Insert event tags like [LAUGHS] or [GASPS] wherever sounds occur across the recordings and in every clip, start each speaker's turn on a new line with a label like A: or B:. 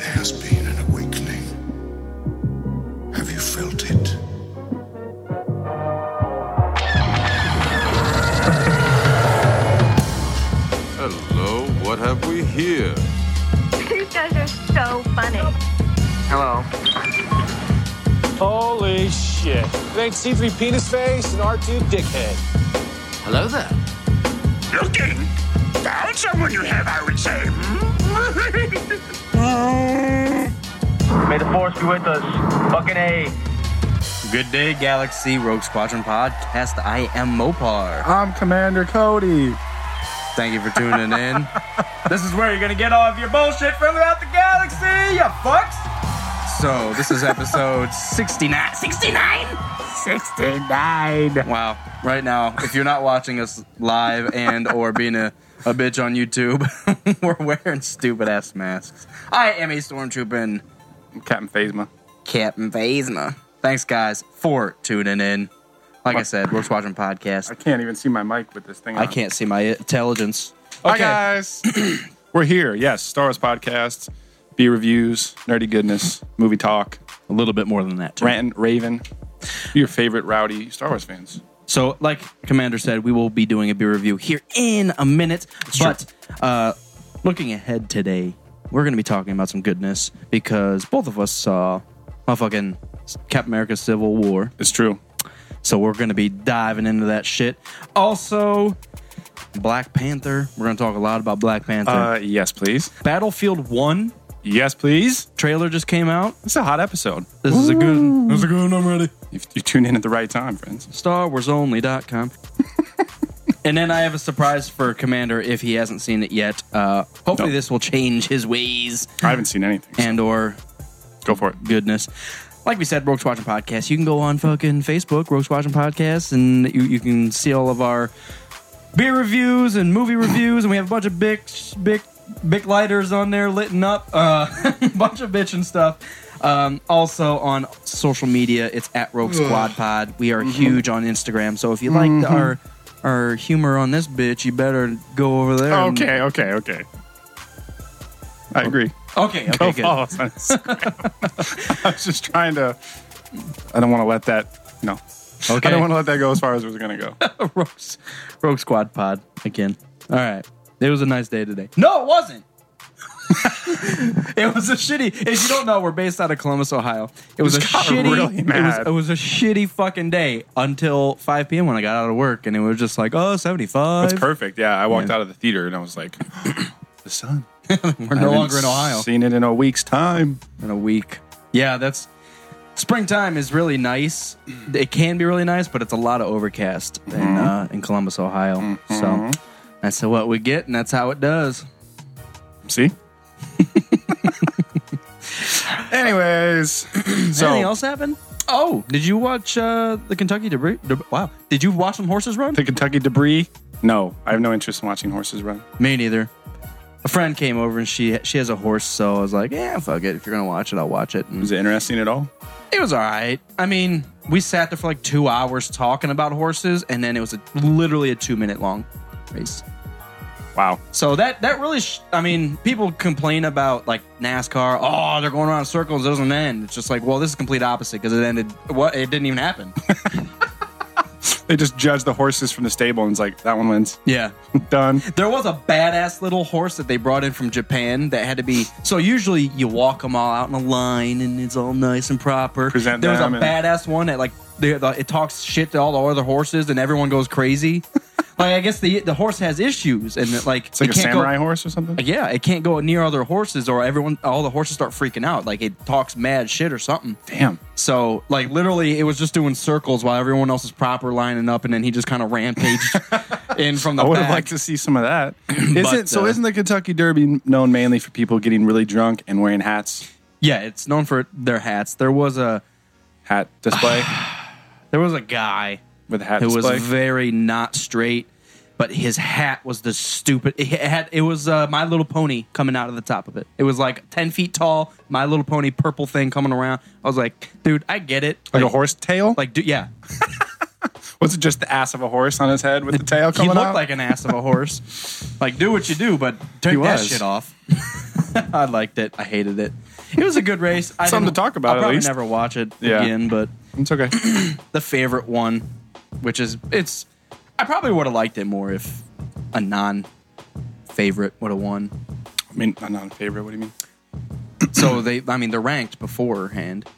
A: has been an awakening. Have you felt it?
B: Hello, what have we here?
C: These guys are so funny.
D: Hello.
E: Holy shit. It ain't C3 penis face and R2 dickhead.
D: Hello there.
F: Looking? Found someone you have, I would say.
G: [LAUGHS] May the force be with us. Fucking A.
H: Good day, Galaxy Rogue Squadron Podcast. I am Mopar.
I: I'm Commander Cody.
H: Thank you for tuning in. [LAUGHS] this is where you're gonna get all of your bullshit from throughout the galaxy, you fucks. So this is episode [LAUGHS] 69. 69?
I: 69.
H: Wow. Right now, if you're not watching us live and or being a, a bitch on YouTube, [LAUGHS] we're wearing stupid ass masks. I am a stormtrooper and
I: Captain Phasma.
H: Captain Phasma. Thanks guys for tuning in. Like I said, we're watching
I: I
H: podcast.
I: can't even see my mic with this thing on.
H: I can't see my intelligence.
I: Hi,
H: [CLEARS THROAT]
I: guys. We're here. Yes, Star Wars podcasts, B reviews, nerdy goodness, movie talk,
H: A little bit more than that. Too.
I: rantin', raving. Your favorite rowdy Star Wars fans.
H: So, like Commander said, we will be doing a beer review here in a minute. but uh, looking ahead today, we're going to be talking about some goodness because both of us saw motherfucking Captain America Civil War.
I: It's true.
H: So, we're going to be diving into that shit. Also, Black Panther. We're going to talk a lot about Black Panther.
I: Uh, yes, please.
H: Battlefield 1
I: Yes, please.
H: trailer just came out.
I: It's a hot episode.
H: This is a good This is a good one. I'm ready.
I: You, you tune in at the right time, friends.
H: StarWarsOnly.com. and then I have a surprise for Commander if he hasn't seen it yet. Uh, hopefully,
I: No.
H: this will change his ways
I: I haven't seen anything. so
H: and or
I: go for it.
H: goodness. Like we said, Rogues Watching Podcast. You can go on fucking Facebook, Rogues Watching Podcast, and you, you can see all of our beer reviews and movie reviews, and we have a bunch of big, big, big lighters on there litting up, uh, [LAUGHS] bunch of bitch and stuff. Um, also on social media, it's at Rogue Squad Pod. We are
I: Mm-hmm.
H: huge on Instagram, so if you like the- our our humor on this bitch, you better go over there. and-
I: Okay, okay, okay. I agree.
H: okay, okay,
I: [LAUGHS] Go
H: good.
I: follow us on Instagram. I was just trying to. I don't want to let that. No.
H: Okay.
I: I don't want to let that go as far as it was going to go.
H: [LAUGHS] Rogues, Rogue Squad Pod again. All right. It was a nice day today. No, it wasn't. [LAUGHS] it was a shitty. If you don't know, we're based out of Columbus, Ohio. It was a
I: Just got
H: shitty.
I: really
H: it, was,
I: mad.
H: it was a shitty fucking day until 5 p.m. when I got out of work, and it was just like, oh, 75.
I: That's perfect. Yeah, I walked
H: Yeah.
I: out of the theater and I was like, [CLEARS THROAT] the sun.
H: We're no longer in Ohio.
I: Seen it in a week's time.
H: in a week. Yeah, that's springtime is really nice. It can be really nice, but it's a lot of overcast
I: Mm-hmm.
H: in uh, in Columbus, Ohio. So that's what we get, and that's how it does.
I: [LAUGHS] See. Anyways, [CLEARS THROAT] so
H: Anything else happen? Oh, did you watch uh, the Kentucky debris? Deb- wow, did you watch some horses run?
I: the Kentucky debris. No, I have no interest in watching horses run.
H: Me neither. A friend came over and she she has a horse, so I was like, yeah, fuck it. If you're gonna watch it, I'll watch it. And
I: Is it interesting at all?
H: it was all right. I mean, we sat there for like two hours talking about horses, and then it was a, literally a two minute long race.
I: Wow.
H: So that that really, sh- I mean, people complain about like NASCAR. Oh, they're going around in circles. It doesn't end. It's just like, well, this is complete opposite because it ended. What? It didn't even happen. [LAUGHS]
I: They just judge the horses from the stable and it's like that one wins. [LAUGHS]
H: yeah.
I: Done.
H: There was a badass little horse that they brought in from Japan that had to be. So usually you walk them all out in a line and it's all nice and proper.
I: Present
H: there was a
I: them and-
H: badass one that like the, the, it talks shit to all the other horses and everyone goes crazy. [LAUGHS] like I guess the the horse has issues and it, like
I: It's like
H: it
I: a
H: can't go-
I: samurai horse or something.
H: yeah, it can't go near other horses or everyone all the horses start freaking out. Like it talks mad shit or something.
I: Damn.
H: So, like, literally, it was just doing circles while everyone else is proper lining up, and then he just kind of
I: [LAUGHS]
H: rampaged in from the
I: I would
H: back.
I: have liked to see some of [CLEARS THROAT] that. Isn't so?
H: uh,
I: Isn't the Kentucky Derby known mainly for people getting really drunk and wearing hats?
H: Yeah, it's known for their hats. There was a
I: Hat [SIGHS] display
H: there was a guy
I: with a hat
H: who was
I: display.
H: very not straight, but his hat was the stupid. It had it was uh, My Little Pony coming out of the top of it. It was like ten feet tall, My Little Pony purple thing coming around. I was like, dude, I get it.
I: like a horse tail?
H: Like,
I: [LAUGHS]
H: dude, yeah,
I: was it just the ass of a horse on his head with the tail
H: he
I: coming
H: looked
I: out?
H: like an ass of a
I: [LAUGHS]
H: horse. like, do what you do, but take
I: He
H: [LAUGHS] that
I: was.
H: shit off. I liked it. I hated it. It was a good race. I
I: Something
H: didn't-
I: to talk about,
H: I'll
I: at
H: probably
I: least.
H: never watch it
I: Yeah.
H: again, but
I: It's [CLEARS THROAT] okay.
H: the favorite one, which is it's. I probably would have liked it more if a non-favorite would have won.
I: I mean, I'm not a favorite. What do you mean?
H: [CLEARS THROAT] so they, I mean, they're ranked beforehand.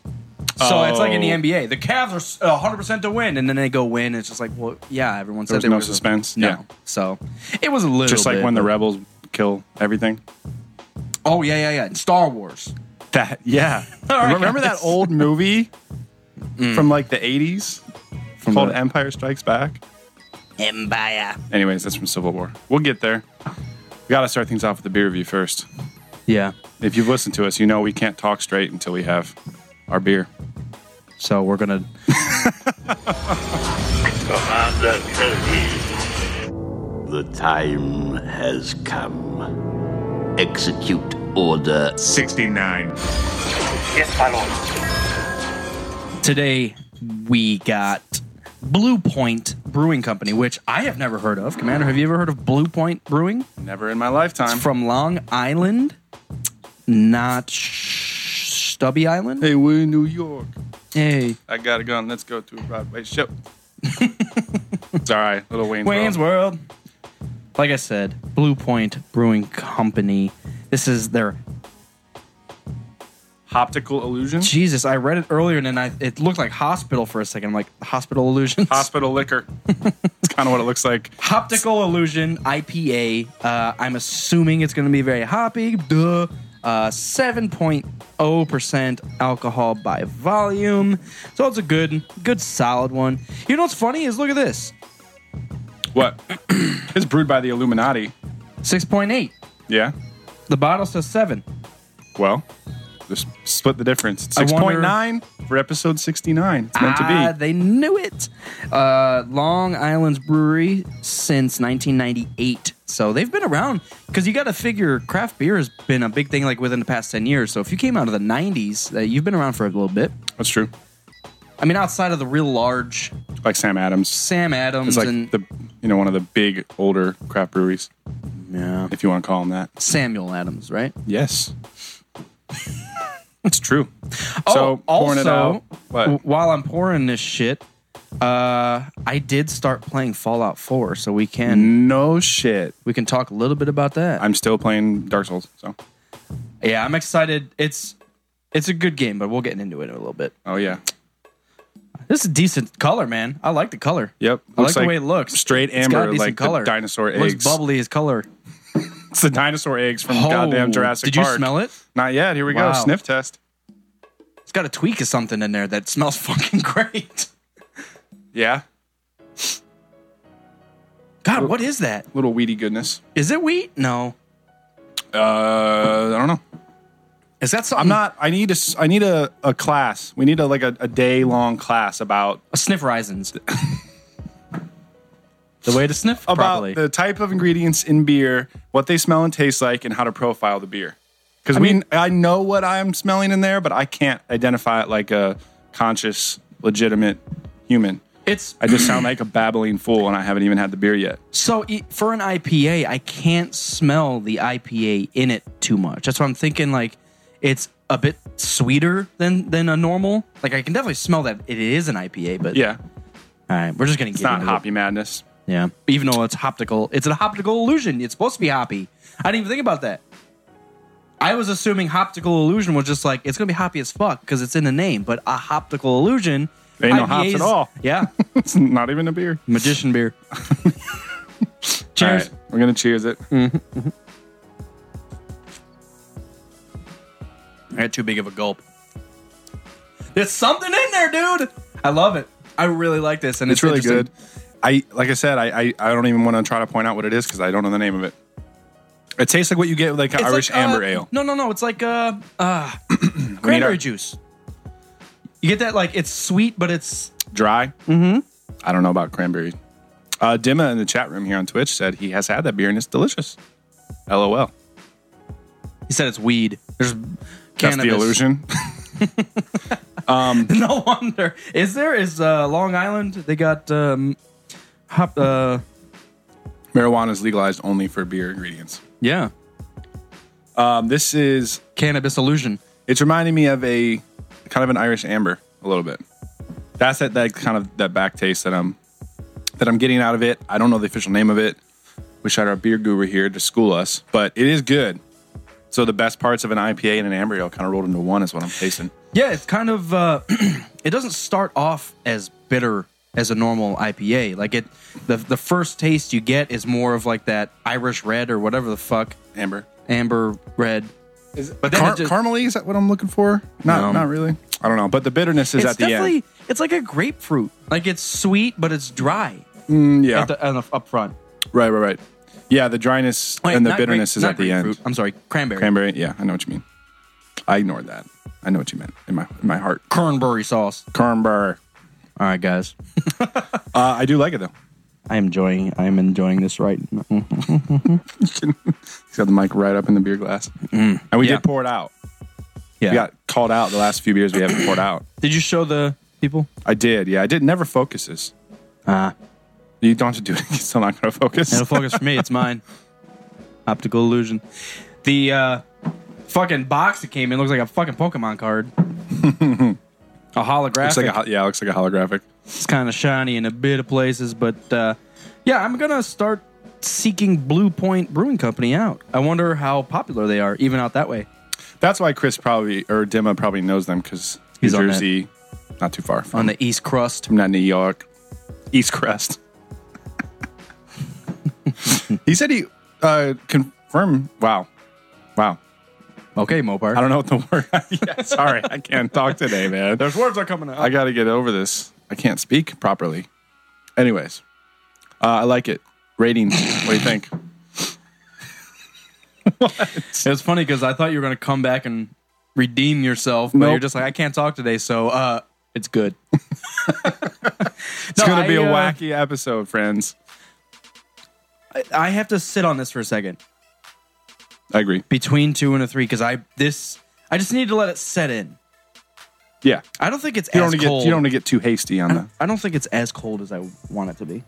H: So it's like in the
I: Oh.
H: NBA, the Cavs are 100 percent to win, and then they go win. It's just like, well, yeah, everyone said
I: There's
H: there
I: no
H: was a-
I: suspense?
H: no,
I: Yeah.
H: so it was a little
I: Just like
H: bit,
I: when the
H: but-
I: rebels kill everything.
H: Oh yeah, yeah, yeah. And Star Wars.
I: That yeah. [LAUGHS]
H: right,
I: Remember
H: guys.
I: that old movie from like the '80s called
H: the-
I: Empire Strikes Back.
H: Empire.
I: Anyways, that's from Civil War. We'll get there. We got to start things off with the beer review first.
H: Yeah.
I: If you've listened to us, you know we can't talk straight until we have our beer.
H: So we're gonna.
J: The time has come. Execute order
F: 69.
G: Yes, my lord.
H: Today we got Blue Point Brewing Company, which I have never heard of. Commander, have you ever heard of Blue Point Brewing?
I: Never in my lifetime.
H: It's from Long Island, not Sh- Stubby Island.
I: hey, we're in New York.
H: Hey,
I: I got a gun. Let's go to a Broadway show. [LAUGHS] it's all right, little Wayne's,
H: Wayne's
I: World.
H: World. Like I said, Blue Point Brewing Company. This is their
I: Optical illusion.
H: Jesus. I read it earlier and then I, it looked like hospital for a second. I'm like hospital illusions.
I: Hospital liquor. it's kind of what it looks like.
H: Hoptical Illusion IPA. Uh, I'm assuming it's going to be very hoppy. Duh. Uh, 7.0% alcohol by volume. So it's a good, good solid one. You know what's funny is look at this
I: What? [CLEARS THROAT] it's brewed by the Illuminati.
H: 6.8.
I: Yeah.
H: The bottle says 7.
I: Well, just split the difference.
H: I
I: Six
H: wonder-
I: point nine for episode sixty nine. It's meant
H: Ah,
I: to be.
H: They knew it. Uh, Long Island's brewery since 1998. So they've been around because you got to figure craft beer has been a big thing like within the past 10 years. So if you came out of the 90s, uh, you've been around for a little bit.
I: That's true.
H: I mean, outside of the real large
I: Like Sam Adams.
H: Sam Adams
I: It's like
H: and
I: the you know one of the big older craft breweries,
H: Yeah.
I: if you want to call them that.
H: Samuel Adams, right?
I: Yes. it's true.
H: Oh,
I: so pouring it out.
H: w-
I: What?
H: while I'm pouring this shit, uh, I did start playing Fallout 4, so we can
I: No shit.
H: we can talk a little bit about that.
I: I'm still playing Dark Souls. So.
H: yeah, I'm excited. It's it's a good game, but we'll get into it in a little bit.
I: Oh yeah.
H: This is decent color, man. I like the color.
I: Yep.
H: I like,
I: Looks
H: the
I: like
H: way it looks.
I: straight
H: It's got a
I: amber,
H: decent
I: like the dinosaur
H: It Looks
I: eggs.
H: bubbly as color.
I: It's the dinosaur eggs from goddamn
H: Oh,
I: Jurassic
H: Did you
I: Park.
H: smell it?
I: Not yet. Here we
H: Wow.
I: go. Sniff test.
H: It's got a tweak of something in there that smells [LAUGHS] fucking great.
I: Yeah.
H: God, what is that?
I: Little weedy goodness.
H: Is it wheat? No.
I: Uh, I don't know.
H: Is that something?
I: I'm not. I need a. s- I need a, a class. We need a like a, a day long class about
H: a sniff risins. the way to sniff
I: about
H: properly.
I: the type of ingredients in beer, what they smell and taste like, and how to profile the beer. Because we,
H: mean-
I: I know what I'm smelling in there, but I can't identify it like a conscious, legitimate human.
H: it's
I: I just sound like a babbling fool, and I haven't even had the beer yet.
H: so e- for an IPA, I can't smell the IPA in it too much. That's why I'm thinking like it's a bit sweeter than than a normal. Like I can definitely smell that it is an IPA, but
I: Yeah,
H: All right, we're just gonna get
I: it's not
H: into it.
I: hoppy madness. [LAUGHS]
H: Yeah, even though it's hoptical, it's a hoptical illusion. It's supposed to be hoppy. I didn't even think about that. I was assuming hoptical illusion was just like it's gonna be hoppy as fuck because it's in the name, but a hoptical illusion
I: There ain't no hops at all. [LAUGHS]
H: Yeah,
I: it's not even a beer. [LAUGHS]
H: magician beer.
I: All
H: Cheers. Mm,
I: right, we're gonna cheers it.
H: I had too big of a gulp. There's something in there, dude. I love it. I really like this, and it's,
I: It's really good.
H: interesting.
I: I like I said, I I, I don't even want to try to point out what it is because I don't know the name of it. It tastes like what you get with like an
H: It's
I: Irish
H: like, uh,
I: amber ale.
H: No, no, no. It's like uh,
I: [CLEARS THROAT]
H: uh cranberry
I: our-
H: juice. You get that like it's sweet, but it's
I: Dry. Mm-hmm. I don't know about cranberry. Uh, Dima in the chat room here on Twitch said he has had that beer and it's delicious. LOL.
H: He said it's weed. There's
I: That's
H: cannabis.
I: the illusion. [LAUGHS]
H: [LAUGHS] No wonder. Is there is uh, Long Island? They got um, hop. Uh,
I: Marijuana is legalized only for beer ingredients.
H: yeah,
I: Um, this is
H: cannabis illusion.
I: It's reminding me of a kind of an Irish amber a little bit. That's that, that kind of that back taste that I'm that I'm getting out of it. I don't know the official name of it. We shout our beer guru here to school us, but it is good. So the best parts of an IPA and an amber ale kind of rolled into one is what I'm tasting.
H: Yeah, it's kind of. Uh, [CLEARS THROAT] it doesn't start off as bitter as a normal IPA. Like it, the the first taste you get is more of like that Irish red or whatever the fuck,
I: Amber.
H: amber red. but then
I: Car-
H: it just-
I: caramely is that what I'm looking for? Not
H: No.
I: not really. I don't know, but the bitterness is
H: it's
I: at the
H: definitely
I: end.
H: it's like a grapefruit. Like it's sweet, but it's dry
I: Mm, yeah,
H: at the, on the, up front.
I: right, right, right. Yeah, the dryness
H: Wait,
I: and the
H: not grape-
I: bitterness is
H: not
I: at the end.
H: grapefruit. I'm sorry, cranberry.
I: Cranberry. Yeah, I know what you mean. I ignored that. I know what you meant in my in my heart.
H: Cranberry sauce.
I: Cranberry.
H: All right, guys.
I: Uh, I do like it though.
H: I'm enjoying. I'm enjoying this right. now.
I: He's got the mic right up in the beer glass, and we
H: Yeah.
I: did pour it out.
H: Yeah.
I: We got called out the last few beers we haven't poured out.
H: Did you show the people?
I: I did. Yeah, I did. Never focuses. Uh-huh.
H: Ah,
I: You don't have to do it. [LAUGHS] It's still not going to focus.
H: It'll focus for me. It's mine. [LAUGHS] Optical illusion. The uh, fucking box that came in looks like a fucking Pokemon [LAUGHS] card. a holographic.
I: looks like a, ho- yeah, it looks like a holographic.
H: it's kind of shiny in a bit of places, but uh, yeah, I'm gonna start seeking Blue Point Brewing Company out. I wonder how popular they are, even out that way.
I: That's why Chris probably or Dima probably knows them because New
H: He's on that.
I: Jersey, not too far from
H: On the East Crust,
I: not New York, East Crest. [LAUGHS] he said he uh, confirmed. Wow, wow.
H: okay, Mopar.
I: I don't know what the word. [LAUGHS] yeah, sorry, I can't talk today, man. There's words are coming out. I got to get over this. I can't speak properly. Anyways, uh, I like it. Ratings. what do you think?
H: It was funny because I thought you were gonna come back and redeem yourself, but
I: Nope.
H: you're just like, I can't talk today, so uh, it's good.
I: [LAUGHS]
H: uh,
I: It's going to be
H: a
I: a wacky episode, friends.
H: I have to sit on this for a second
I: I agree.
H: between two and a three because I this I just need to let it set in.
I: Yeah,
H: I don't think it's
I: you don't want
H: as
I: to get
H: cold.
I: you don't want to get too hasty on the.
H: I don't think it's as cold as I want it to be.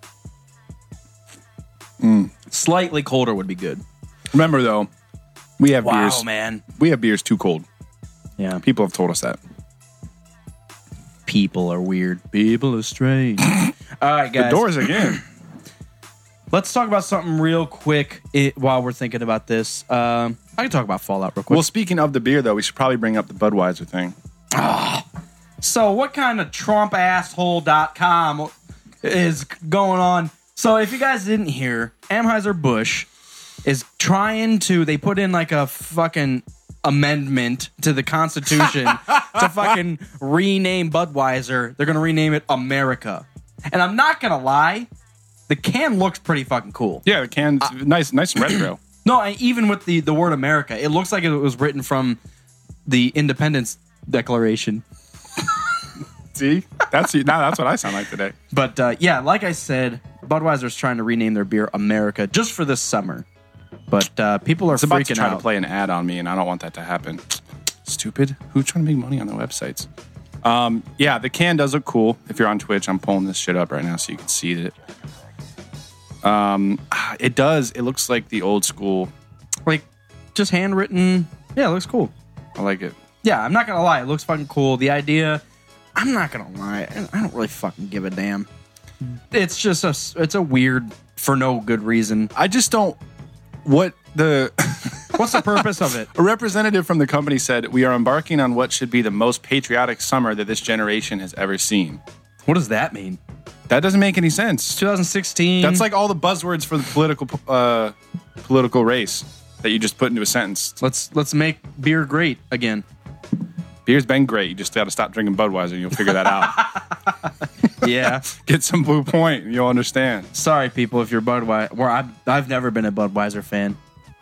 I: Hmm.
H: Slightly colder would be good.
I: Remember though, we have
H: Wow,
I: beers.
H: man.
I: We have beers too cold.
H: Yeah,
I: People have told us that.
H: people are weird. People
I: [LAUGHS]
H: are strange. All right,
I: The
H: guys.
I: doors [CLEARS THROAT] again.
H: Let's talk about something real quick it, while we're thinking about this. Um, I can talk about Fallout real quick.
I: well, speaking of the beer, though, we should probably bring up the Budweiser thing.
H: So, what kind of trumpasshole.com is going on? So, if you guys didn't hear, Anheuser-Busch is trying to, they put in like a fucking amendment to the [LAUGHS] Constitution to fucking rename Budweiser. They're going to rename it America. And I'm not going to lie, the can looks pretty fucking cool.
I: Yeah, the can nice, nice and retro.
H: No, and even with the, the word America, it looks like it was written from the Independence Declaration.
I: [CLEARS THROAT] See, that's now that's what I sound like [LAUGHS] today.
H: But uh, yeah, like I said, Budweiser's trying to rename their beer America just for this summer. But uh, people are
I: It's about
H: freaking
I: to try
H: out.
I: to play an ad on me, and I don't want that to happen. [SNIFFS] Stupid. Who's trying to make money on their websites? Um, yeah, the can does look cool. If you're on Twitch, I'm pulling this shit up right now so you can see it. Um, [SIGHS] ah, it does. It looks like the old school.
H: Like, just handwritten. Yeah, it looks cool.
I: I like it.
H: Yeah, I'm not gonna lie, it looks fucking cool. The idea, I'm not gonna lie, I- I don't really fucking give a damn. It's just a, s- it's a weird for no good reason.
I: I just don't. What the [LAUGHS]
H: What's the purpose of it?
I: a representative from the company said, "We are embarking on what should be the most patriotic summer that this generation has ever seen."
H: What does that mean?
I: That doesn't make any sense.
H: 2016.
I: That's like all the buzzwords for the political uh, political race that you just put into a sentence.
H: let's let's make beer great again.
I: Beer's been great. You just got to stop drinking Budweiser and you'll figure that [LAUGHS] out.
H: Yeah.
I: Get some Blue Point and you'll understand.
H: [LAUGHS] Sorry, people, if you're Budweiser. Well, I've, I've never been a Budweiser fan.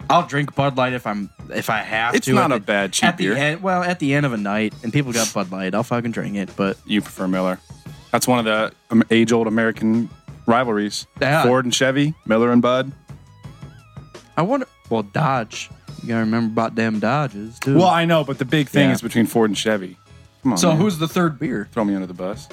H: I'll drink Bud Light if I'm if I have
I: It's
H: to.
I: not
H: At
I: a
H: the-
I: bad cheap
H: at the
I: beer.
H: End, well, at the end of a night, and people got Bud Light, I'll fucking drink it. But
I: You prefer Miller. That's one of the um, age old American rivalries
H: Yeah.
I: Ford and Chevy, Miller and Bud.
H: I wonder. Well, Dodge. You gotta remember about damn Dodges too.
I: Well, I know, but the big thing
H: Yeah.
I: is between Ford and Chevy. Come on.
H: so
I: man.
H: who's the third beer?
I: Throw me under the bus.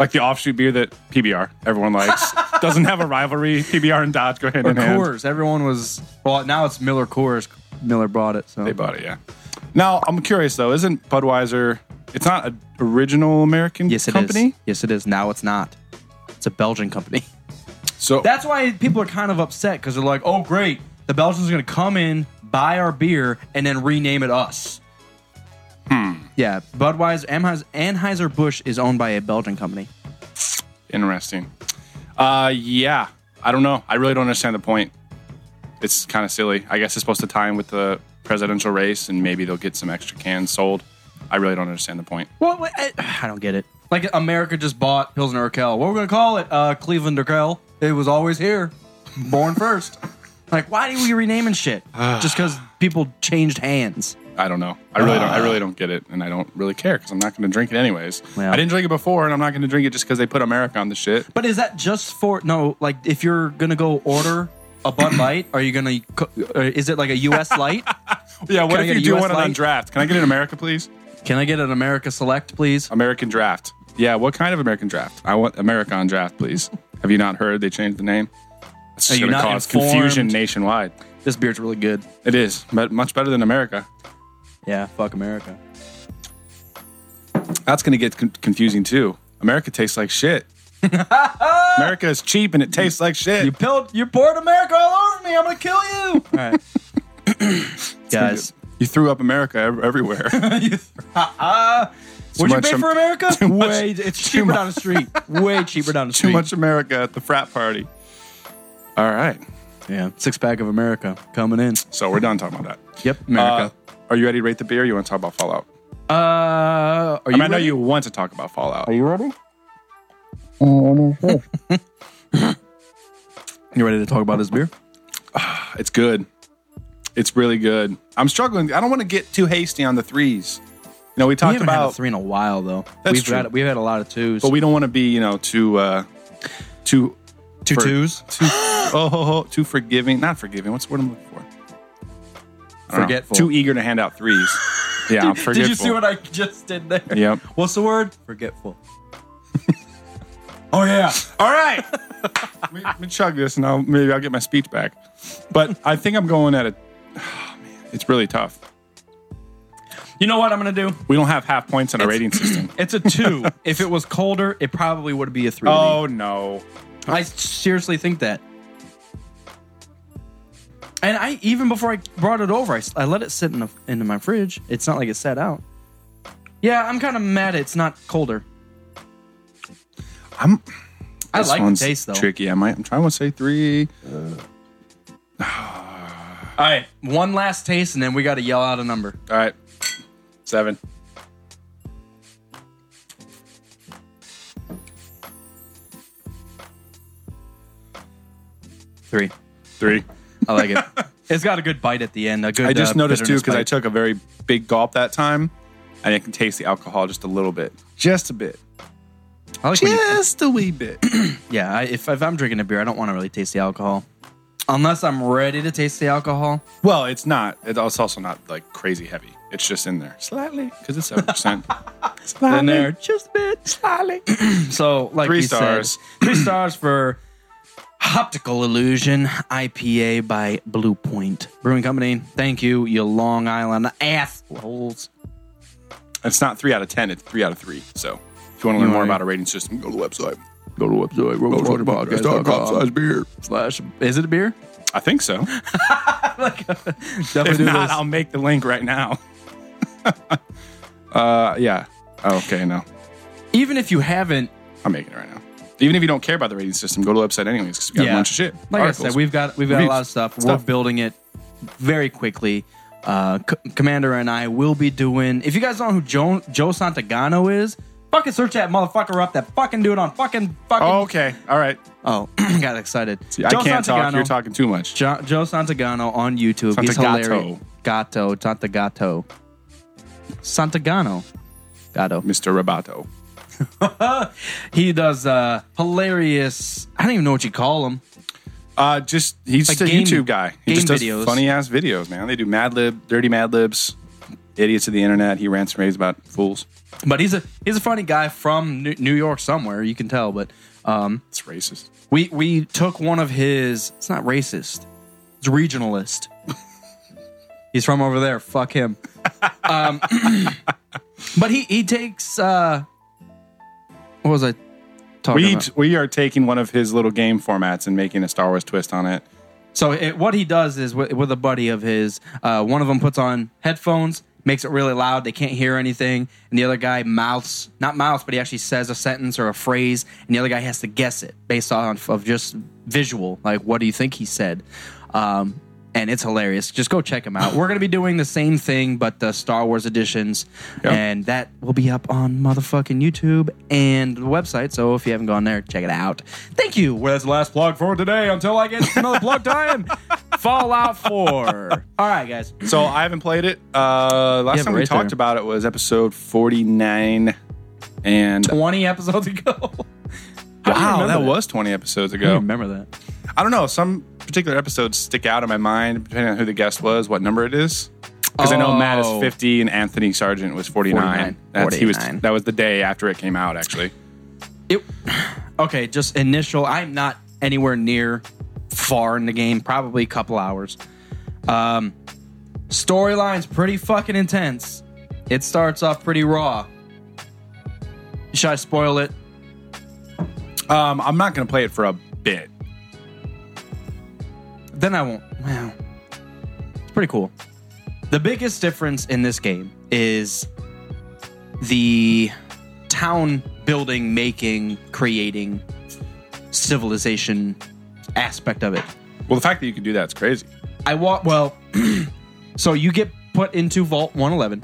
I: Like the offshoot beer that PBR, everyone
H: [LAUGHS]
I: likes, doesn't have a rivalry. PBR and Dodge go hand
H: Or
I: in hand.
H: Coors. Everyone was. Well, now it's Miller Coors. Miller bought it. So
I: They bought it, yeah. Now I'm curious though. Isn't Budweiser? It's not an original American
H: Yes, it is.
I: company.
H: Yes, it is. Now it's not. It's a Belgian company.
I: So
H: That's why people are kind of upset because they're like, "Oh, great, the Belgians are going to come in, buy our beer, and then rename it us." Hmm. Yeah, Budweiser, Anheuser Busch is owned by a Belgian company.
I: interesting. Uh, yeah. I don't know. I really don't understand the point. It's kind of silly. I guess it's supposed to tie in with the presidential race, and maybe they'll get some extra cans sold. I really don't understand the point.
H: What? what- I, I don't get it. Like America just bought Pilsner Urquell. What are we going to call it? Uh, Cleveland Urquell. It was always here, born first. like, why do we renaming shit? just because people changed hands.
I: I don't know. I really don't. I really don't get it, and I don't really care because I'm not going to drink it anyways.
H: Well.
I: I didn't drink it before, and I'm not going to drink it just because they put America on the shit.
H: But is that just for no? Like, if you're gonna go order a [CLEARS THROAT] Bud Light, are you gonna? co- uh, Is it like a U.S. light?
I: [LAUGHS] Yeah. What
H: Can I
I: if
H: get
I: you
H: a
I: do
H: US
I: one on
H: light?
I: draft? Can I get an America, please?
H: Can I get an America Select, please?
I: American draft. Yeah. What kind of American draft? I want America on draft, please. Have you not heard they changed the name? It's
H: Are you
I: going to
H: not
I: cause confusion
H: informed?
I: nationwide.
H: This beer's really good.
I: It is, but much better than America.
H: Yeah, fuck America.
I: That's going to get con- confusing too. America tastes like [LAUGHS] shit. America is cheap and it tastes like shit.
H: You pilled, you poured America all over me. I'm gonna kill you. All [CLEARS THROAT] right, guys.
I: You threw up America ev- [LAUGHS] everywhere.
H: [LAUGHS] Would you
I: much
H: pay
I: Am-
H: for America?
I: [LAUGHS] too much-
H: Way, it's cheaper down the street. Way cheaper down the
I: [LAUGHS] Too
H: street.
I: much America at the frat party. All right.
H: Yeah, six pack of America coming in.
I: So we're done talking about that.
H: Yep, America.
I: Uh, are you ready to rate the beer? Or you want to talk about Fallout?
H: Uh, are
I: I, mean, I
H: ready?
I: know you want to talk about Fallout.
H: you ready? [LAUGHS] you ready to talk about this beer?
I: It's good. It's really good. I'm struggling. I don't want to get too hasty on the threes. You know, we
H: We
I: talked
H: haven't had a
I: about,
H: three in a while, though.
I: That's
H: we've
I: true.
H: Had, we've had a lot of twos.
I: but we don't want to be, you know, too, uh, too,
H: two
I: for-
H: twos.
I: [GASPS] too, oh, ho, ho, too forgiving. Not forgiving. What's the word I'm looking for? I don't know.
H: Forgetful.
I: Too eager to hand out
H: [LAUGHS]
I: threes. Yeah, I'm forgetful.
H: Did you see what I just did there?
I: Yep.
H: What's the word? Forgetful. oh yeah.
I: All right. [LAUGHS] let, me, let me chug this and I'll, maybe I'll get my speech back. But I think I'm going at a. [SIGHS] Oh, man, it's really tough.
H: You know what I'm gonna do?
I: We don't have half points in our
H: [CLEARS THROAT]
I: rating system.
H: It's a two. [LAUGHS] if it was colder, it probably would be a three. to me.
I: Oh, no.
H: I seriously think that. And I even before I brought it over, I, s- I let it sit in the, into my fridge. It's not like it sat out. Yeah, I'm kind of mad it's not colder.
I: I'm.
H: I
I: This
H: like the
I: one's
H: taste though.
I: Tricky. I might. I'm trying to say three.
H: All right, one last taste, and then we got to yell out a number.
I: All right. Seven.
H: Three.
I: Three.
H: I
I: [LAUGHS]
H: like it. it's got a good bite at the end. A good.
I: I just
H: uh,
I: noticed too
H: bitterness
I: because I
H: bite.
I: took a very big gulp that time, and I can taste the alcohol just a little bit, just a bit,
H: I like when
I: [CLEARS THROAT]
H: you-
I: just a wee bit.
H: yeah. I, if, if I'm drinking a beer, I don't want to really taste the alcohol, unless I'm ready to taste the alcohol.
I: well, it's not. It's also not like crazy heavy. It's just in there slightly because it's seven
H: [LAUGHS]
I: percent.
H: in there just a bit slightly. [CLEARS THROAT] so like
I: Three
H: we
I: stars.
H: said, three stars for Optical Illusion IPA by Blue Point Brewing Company. Thank you, you Long Island assholes.
I: It's not three out of ten. It's three out of three. So if you want to learn more
H: Right.
I: about a rating system, go to the website.
A: Go to website, rosewaterpodcast.com slash beer.
H: Slash, is it a [LAUGHS] beer?
I: I think so.
H: Definitely
I: If
H: do
I: not,
H: this.
I: I'll make the link right now. [LAUGHS] uh, yeah. Okay, no.
H: Even if you haven't,
I: I'm making it right now. Even if you don't care about the rating system, go to the website anyways because we got a
H: yeah,
I: bunch of shit.
H: Like
I: Articles.
H: I said, we've got we've got a lot of
I: Reviews.
H: stuff. We're
I: Stuff.
H: building it very quickly. Uh, C- Commander and I will be doing. If you guys don't know who Joe, Joe Santagano is, fucking search that motherfucker up. That fucking dude on fucking fucking.
I: Oh, okay. All right.
H: Oh, [CLEARS THROAT] got excited.
I: See, I can't talk. You're talking too much.
H: Jo- Joe Santagano on YouTube. He's
I: Santagato.
H: hilarious. Gato, Santagato, Santagano, Gato.
I: Mr. Roboto.
H: He does uh, hilarious. I don't even know what you call him.
I: Uh, just he's
H: Like
I: just a
H: game-
I: YouTube guy. He
H: game
I: just does
H: videos.
I: funny ass videos, man. They do Mad Lib, dirty Mad Libs, idiots of the internet. He rants and raves about fools.
H: But he's a he's a funny guy from New New York somewhere. You can tell. But um,
I: It's racist.
H: we we took one of his. It's [LAUGHS] not racist. It's regionalist. he's from over there. Fuck him. [LAUGHS] Um, [CLEARS THROAT] But he he takes. uh What was I talking
I: We
H: about?
I: we are taking one of his little game formats and making a Star Wars twist on it.
H: So it, what he does is with, with a buddy of his, uh, one of them puts on headphones, makes it really loud. They can't hear anything, and the other guy mouths not mouths, but he actually says a sentence or a phrase, and the other guy has to guess it based on of just visual, like what do you think he said. Um, and it's hilarious. Just go check him out. We're gonna be doing the same thing, but the Star Wars editions,
I: Yep.
H: and that will be up on motherfucking YouTube and the website. So if you haven't gone there, check it out. Thank you. Well, that's the last plug for today. Until I get [LAUGHS] another plug time, Fallout Four. All right, guys.
I: So I haven't played it. Uh, last
H: Mm. Yeah,
I: time
H: but
I: we
H: right
I: talked
H: there.
I: about it was episode forty nine, and
H: Twenty episodes ago. [LAUGHS] How do you
I: wow,
H: remember
I: that was twenty episodes
H: I
I: ago.
H: remember that.
I: I don't know. Some particular episodes stick out in my mind, depending on who the guest was, what number it is. Because I know Matt
H: Oh.
I: is fifty and Anthony Sargent was forty nine.
H: 49.
I: That's he was.
H: 49.
I: That was the day after it came out, actually.
H: It, [SIGHS] okay, just initial. I'm not anywhere near far in the game. Probably a couple hours. Um, storyline's pretty fucking intense. It starts off pretty raw. Should I spoil it?
I: Um, I'm not going to play it for a bit.
H: Then I won't. Wow, it's pretty cool. The biggest difference in this game is the town building, making, creating civilization aspect of it.
I: Well, the fact that you can do that's crazy.
H: I walk. Well, [CLEARS THROAT] so you get put into Vault 111.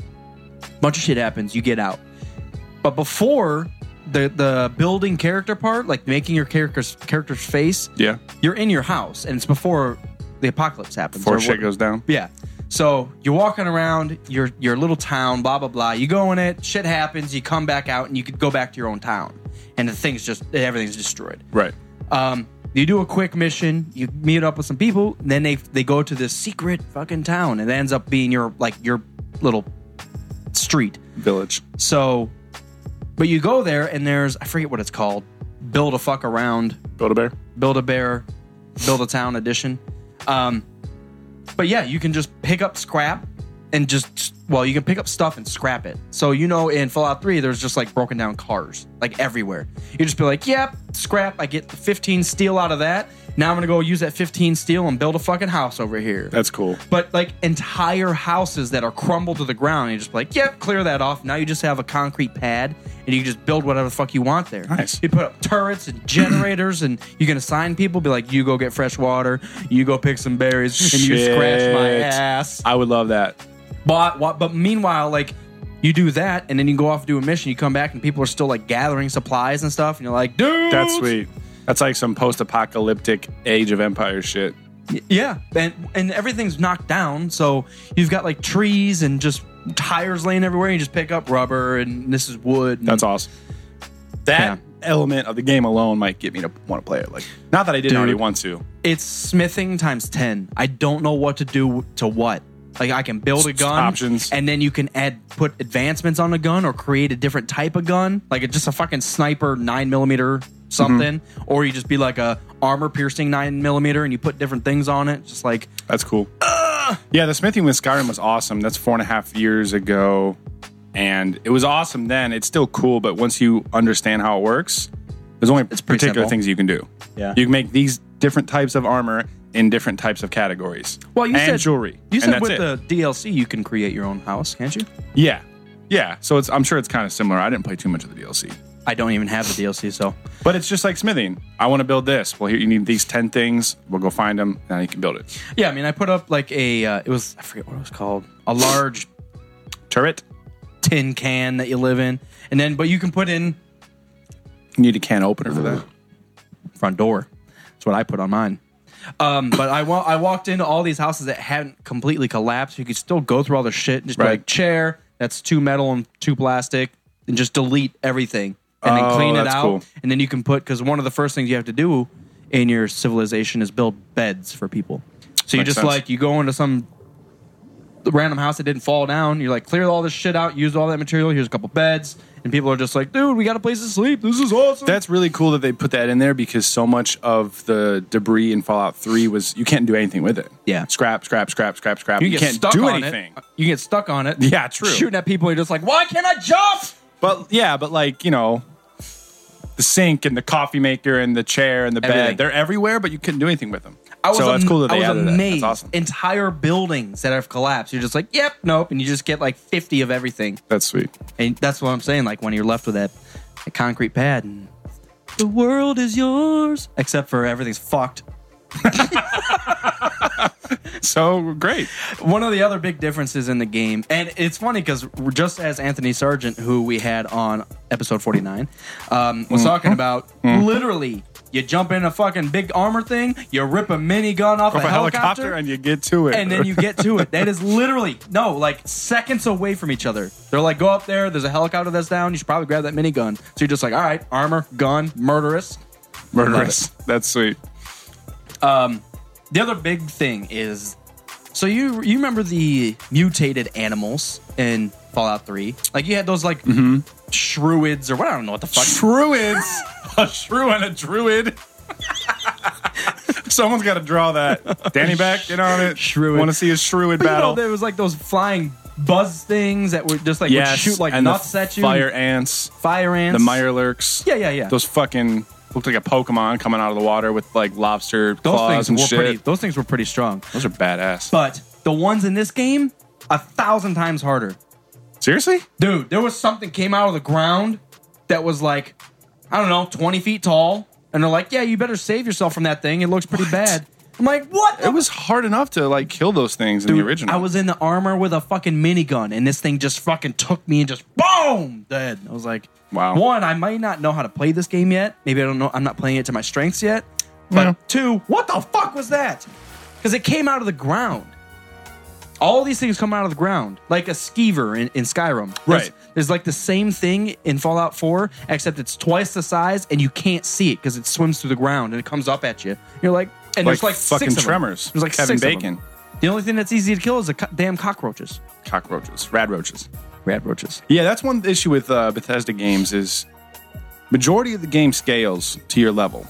H: Bunch of shit happens. You get out. But before the the building character part, like making your character's character's face,
I: Yeah.
H: you're in your house, and it's before the apocalypse happens.
I: Before
H: or
I: shit
H: what-
I: goes down.
H: yeah. So you're walking around your your little town, blah blah blah. You go in it, shit happens. You come back out, and you could go back to your own town, and the things just everything's destroyed.
I: Right.
H: Um, you do a quick mission, you meet up with some people, then they they go to this secret fucking town, and it ends up being your like your little street.
I: Village.
H: So, but you go there, and there's I forget what it's called, build a fuck around,
I: Build a bear.
H: build a bear, build a town edition. Um, but yeah, you can just pick up scrap and just well, you can pick up stuff and scrap it. So you know, in Fallout Three, there's just like broken down cars like everywhere. You just be like, "Yep, scrap. I get 15 steel out of that. Now I'm gonna go use that 15 steel and build a fucking house over here."
I: That's cool.
H: but like entire houses that are crumbled to the ground, and you just like, yep, clear that off. Now you just have a concrete pad, and you can just build whatever the fuck you want there.
I: Nice.
H: You put up turrets and generators, and you can assign people. Be like, you go get fresh water, you go pick some berries, and you scratch my
I: Shit.
H: ass.
I: I would love that.
H: But wha- but meanwhile, like you do that, and then you go off do a mission. You come back, and people are still like gathering supplies and stuff, and you're like, dude,
I: That's sweet. That's like some post-apocalyptic Age of Empire shit.
H: Yeah, and and everything's knocked down, so you've got like trees and just tires laying everywhere. You just pick up rubber, and this is wood. and-
I: That's awesome. That element of the game alone might get me to want to play it. Like, not that I didn't
H: Dude.
I: already want to.
H: It's smithing times ten. I don't know what to do to what. Like I can build a
I: S-
H: gun,
I: options.
H: and then you can add put advancements on the gun or create a different type of gun, like a, just a fucking sniper nine millimeter something, or you just be like a armor piercing nine millimeter, and you put different things on it. Just like
I: That's cool. yeah, the smithing with Skyrim was awesome. That's four and a half years ago, and it was awesome then. It's still cool, but once you understand how it works, there's only
H: pretty
I: particular
H: simple.
I: things you can do.
H: Yeah.
I: you can make these different types of armor in different types of categories.
H: well, you
I: and
H: said
I: jewelry.
H: You
I: and
H: said
I: that's
H: with
I: it.
H: the DLC you can create your own house, can't you?
I: yeah, yeah. So it's I'm sure it's kind of similar. I didn't play too much of the DLC.
H: I don't even have the DLC, so
I: But it's just like smithing. I want to build this. Well, here you need these ten things. We'll go find them, and you can build it.
H: yeah. I mean, I put up like a uh, it was I forget what it was called a large
I: Turret.
H: tin can that you live in, and then but you can put in
I: You need a can opener for that.
H: front door. That's what I put on mine. Um, but I wa- I walked into all these houses that hadn't completely collapsed. You could still go through all the shit and just be
I: Right.
H: like chair that's two metal and two plastic, and just delete everything and then
I: Oh,
H: clean it
I: that's
H: out,
I: cool.
H: and then you can put because one of the first things you have to do in your civilization is build beds for people. So you
I: Makes
H: just
I: sense.
H: like you go into some the random house that didn't fall down. You're like, clear all this shit out, use all that material. Here's a couple beds, and people are just like, dude, we got a place to sleep. This is awesome.
I: That's really cool that they put that in there because so much of the debris in Fallout 3 was you can't do anything with it.
H: Yeah.
I: Scrap, scrap, scrap, scrap, scrap.
H: you,
I: You,
H: get
I: can't
H: stuck
I: do
H: on
I: anything.
H: It. You get stuck on it.
I: Yeah, true.
H: Shooting at people, you're just like, why can't I jump?
I: But yeah, but like, you know, the sink and the coffee maker and the chair and the
H: Everything.
I: bed, they're everywhere, but you couldn't do anything with them.
H: I was
I: so that's
H: am-
I: cool that they
H: I was
I: added that.
H: amazed.
I: That's awesome.
H: Entire buildings that have collapsed. You're just like, yep, nope, and you just get like 50 of everything.
I: That's sweet.
H: And that's what I'm saying. Like when you're left with that, that concrete pad, and the world is yours, except for everything's fucked.
I: So great.
H: One of the other big differences in the game, and it's funny because just as Anthony Sargent, who we had on episode 49, um, was talking about, literally, you jump in a fucking big armor thing, you rip a minigun off
I: Go
H: a,
I: for a helicopter
H: helicopter
I: and you get to it.
H: and then you get to it. That is literally no, like seconds away from each other. They're like, go up there. There's a helicopter that's down. You should probably grab that minigun. So you're just like, all right, armor, gun, murderous.
I: murderous. That's sweet.
H: The other big thing is, so you you remember the mutated animals in Fallout Three? Like you had those like shrewids or what? I don't know what the fuck. [LAUGHS]
I: Druids. [LAUGHS] a shrew and a druid. [LAUGHS] Someone's got to draw that. Danny Beck, get on it.
H: Shrewid.
I: Want to see a shrewid
H: But you know,
I: battle?
H: there was like those flying buzz things that would just like would
I: Yes,
H: shoot like
I: and
H: nuts
I: the
H: at you.
I: Fire ants,
H: fire ants.
I: the Meyerlurks.
H: Yeah, yeah, yeah.
I: Those fucking looked like a Pokemon coming out of the water with like lobster
H: those
I: claws
H: things
I: and
H: were
I: shit.
H: pretty. Those things were pretty strong.
I: those are badass.
H: But the ones in this game, a thousand times harder.
I: Seriously?
H: Dude, there was something came out of the ground that was like, I don't know, 20 feet tall. And they're like, yeah, you better save yourself from that thing. It looks pretty bad. I'm like, what? the-
I: It was hard enough to like kill those things in
H: Dude,
I: the original.
H: I was in the armor with a fucking minigun, and this thing just fucking took me and just boom, dead. I was like,
I: Wow.
H: One, I might not know how to play this game yet. Maybe I don't know. I'm not playing it to my strengths yet. But
I: Yeah.
H: two, what the fuck was that? Because it came out of the ground. All these things come out of the ground, like a skeever in, in Skyrim. There's-
I: Right.
H: There's like the same thing in Fallout 4, except it's twice the size, and you can't see it because it swims through the ground and it comes up at you. You're like, and there's like
I: fucking
H: six of them.
I: tremors.
H: There's like
I: Kevin
H: six of them.
I: Bacon,
H: The only thing that's easy to kill is the co- damn cockroaches.
I: cockroaches, rad roaches.
H: Rad roaches.
I: Yeah, that's one issue with uh, Bethesda games is majority of the game scales to your level,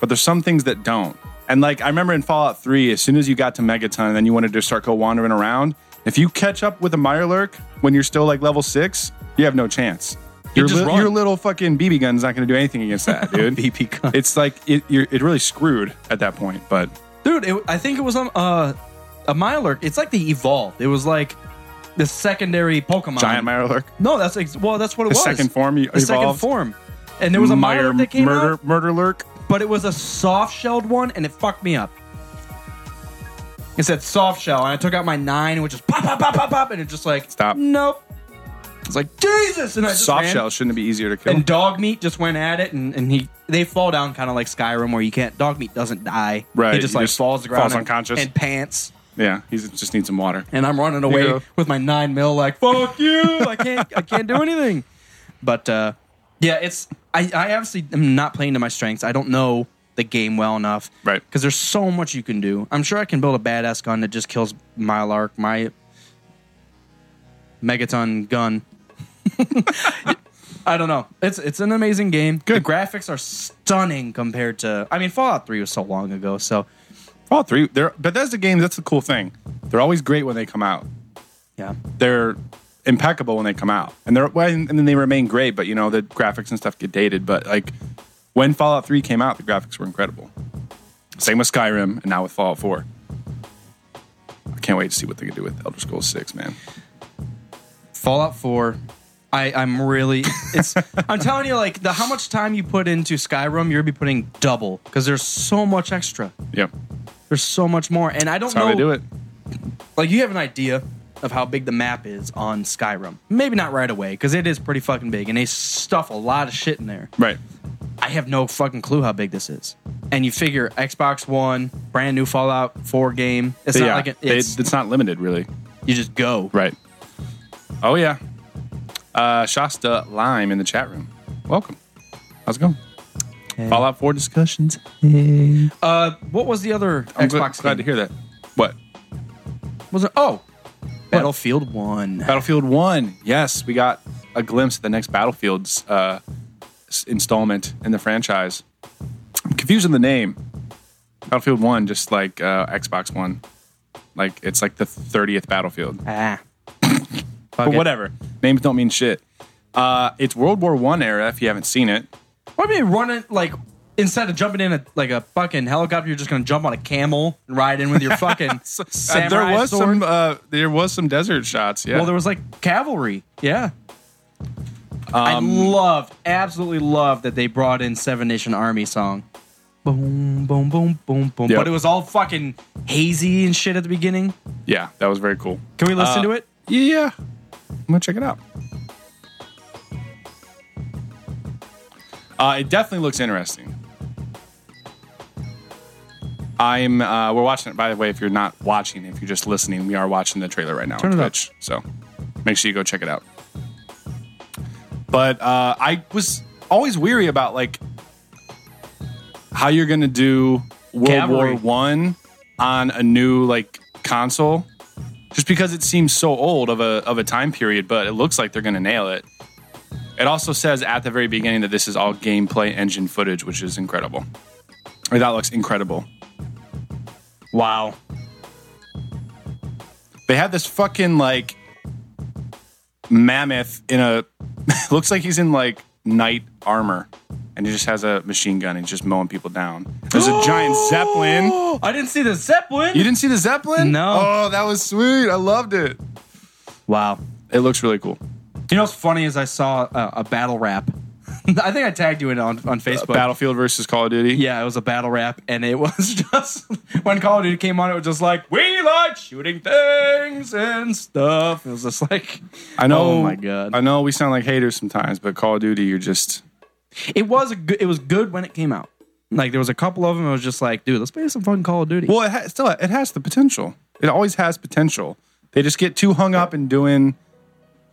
I: but there's some things that don't. And like I remember in Fallout 3, as soon as you got to Megaton and then you wanted to start go wandering around, if you catch up with a Meyerlurk when you're still like level six, you have no chance. Your,
H: just
I: li-
H: run.
I: your little fucking BB gun's not going to do anything against
H: [LAUGHS]
I: that, dude.
H: BB gun.
I: It's like it, you're it really screwed at that point. But
H: Dude, it, I think it was um, uh, a Mylurk. It's like the evolved. It was like the secondary Pokemon.
I: giant Meyerlurk,
H: No, that's ex- well, that's what it
I: The
H: was.
I: second form you
H: The second
I: evolved?
H: form. And there was a
I: Meyer
H: Mylurk that came
I: murder
H: out,
I: murder lurk.
H: but it was a soft shelled one, and it fucked me up. It said soft shell, and I took out my nine, which is pop, pop, pop, pop, pop, and it just like
I: Stop.
H: Nope. It's like Jesus, and I just
I: Soft
H: ran.
I: shell shouldn't it be easier to kill.
H: and dog meat just went at it and, and he they fall down kind of like skyrim where you can't dog meat doesn't die
I: Right,
H: he just
I: he
H: like
I: just
H: falls to the ground
I: falls
H: and-
I: unconscious.
H: and pants
I: yeah, he just needs some water.
H: and i'm running away
I: go.
H: with my nine mil like fuck you i can't i can't do anything but uh yeah it's i i obviously am not playing to my strengths i don't know the game well enough
I: Right.
H: because there's so much you can do i'm sure i can build a badass gun that just kills my lark my megaton gun [LAUGHS] I don't know. It's it's an amazing game.
I: Good.
H: The graphics are stunning compared to. I mean, Fallout Three was so long ago. So
I: All three. They're Bethesda games. That's the cool thing. They're always great when they come out.
H: yeah,
I: They're impeccable when they come out, and they're well, and then they remain great. But you know the graphics and stuff get dated. But like when Fallout Three came out, the graphics were incredible. Same with Skyrim, and now with Fallout Four. I can't wait to see what they can do with Elder Scrolls Six, man.
H: Fallout Four. I
I: [LAUGHS]
H: I'm really. It's I'm telling you, like the how much time you put into Skyrim, you're gonna be putting double because there's so much extra.
I: Yeah,
H: There's so much more, and I don't
I: that's how
H: know.
I: they do it.
H: Like you have an idea of how big the map is on Skyrim. Maybe not right away because it is pretty fucking big, and they stuff a lot of shit in there.
I: Right.
H: I have no fucking clue how big this is. And you figure Xbox One, brand new Fallout 4 game. It's
I: yeah,
H: not like it,
I: They-
H: it's,
I: it's not limited really.
H: you just go.
I: Right. Oh yeah. Uh, Shasta Lime in the chat room. Welcome. How's it going? Fallout Four discussions.
H: Uh, what was the other
I: I'm
H: Xbox
I: glad, glad to
H: game?
I: hear that. What?
H: Was it, oh, Battlefield One.
I: Battlefield One. Yes, we got a glimpse of the next Battlefield's uh, s- installment in the franchise. I'm confused in the name. Battlefield One, just like uh, Xbox One, like it's like the thirtieth Battlefield.
H: Ah.
I: But whatever, names don't mean shit. Uh, it's World War One era. If you haven't seen it,
H: Why don't you run it like instead of jumping in a like a fucking helicopter, you're just gonna jump on a camel and ride in with your [LAUGHS] fucking
I: Uh,
H: samurai
I: there was
H: sword?
I: some uh, there was some desert shots. Yeah,
H: Well, there was like cavalry. Yeah. Um, I love, absolutely love that they brought in Seven Nation Army song. Boom, boom, boom, boom, boom.
I: Yep.
H: But it was all fucking hazy and shit at the beginning.
I: yeah, that was very cool.
H: Can we listen
I: Uh,
H: to it? [GASPS]
I: Yeah. I'm going to check it out. Uh, it definitely looks interesting. I'm. Uh, we're watching it. By the way, if you're not watching, if you're just listening, we are watching the trailer right now
H: Turn
I: on
H: it up.
I: Twitch. So make sure you go check it out. But uh, I was always weary about like how you're going to do World
H: Cavalry.
I: War One on a new like console just because it seems so old of a of a time period, but it looks like they're going to nail it. It also says at the very beginning that this is all gameplay engine footage, which is incredible. Or that looks incredible.
H: Wow.
I: They had this fucking like mammoth in a [LAUGHS] looks like he's in like knight armor and he just has a machine gun and he's just mowing people down. There's a
H: [GASPS]
I: giant zeppelin.
H: I didn't see the Zeppelin.
I: You didn't see the zeppelin?
H: No.
I: Oh, that was sweet. I loved it.
H: Wow.
I: It looks really cool.
H: You know what's funny is I saw a, a battle rap. [LAUGHS] I think I tagged you in on, on Facebook.
I: Battlefield versus Call of Duty.
H: Yeah, it was a battle rap, and it was [LAUGHS] just when Call of Duty came on, it was just like we like shooting things and stuff. It was just like
I: I know.
H: Oh my God.
I: I know we sound like haters sometimes, but Call of Duty, you're just
H: it was a good, it was good when it came out. Like there was a couple of them, it was just like, dude, let's play some fucking Call of Duty.
I: well. It ha- still, it has the potential. It always has potential. They just get too hung up in doing.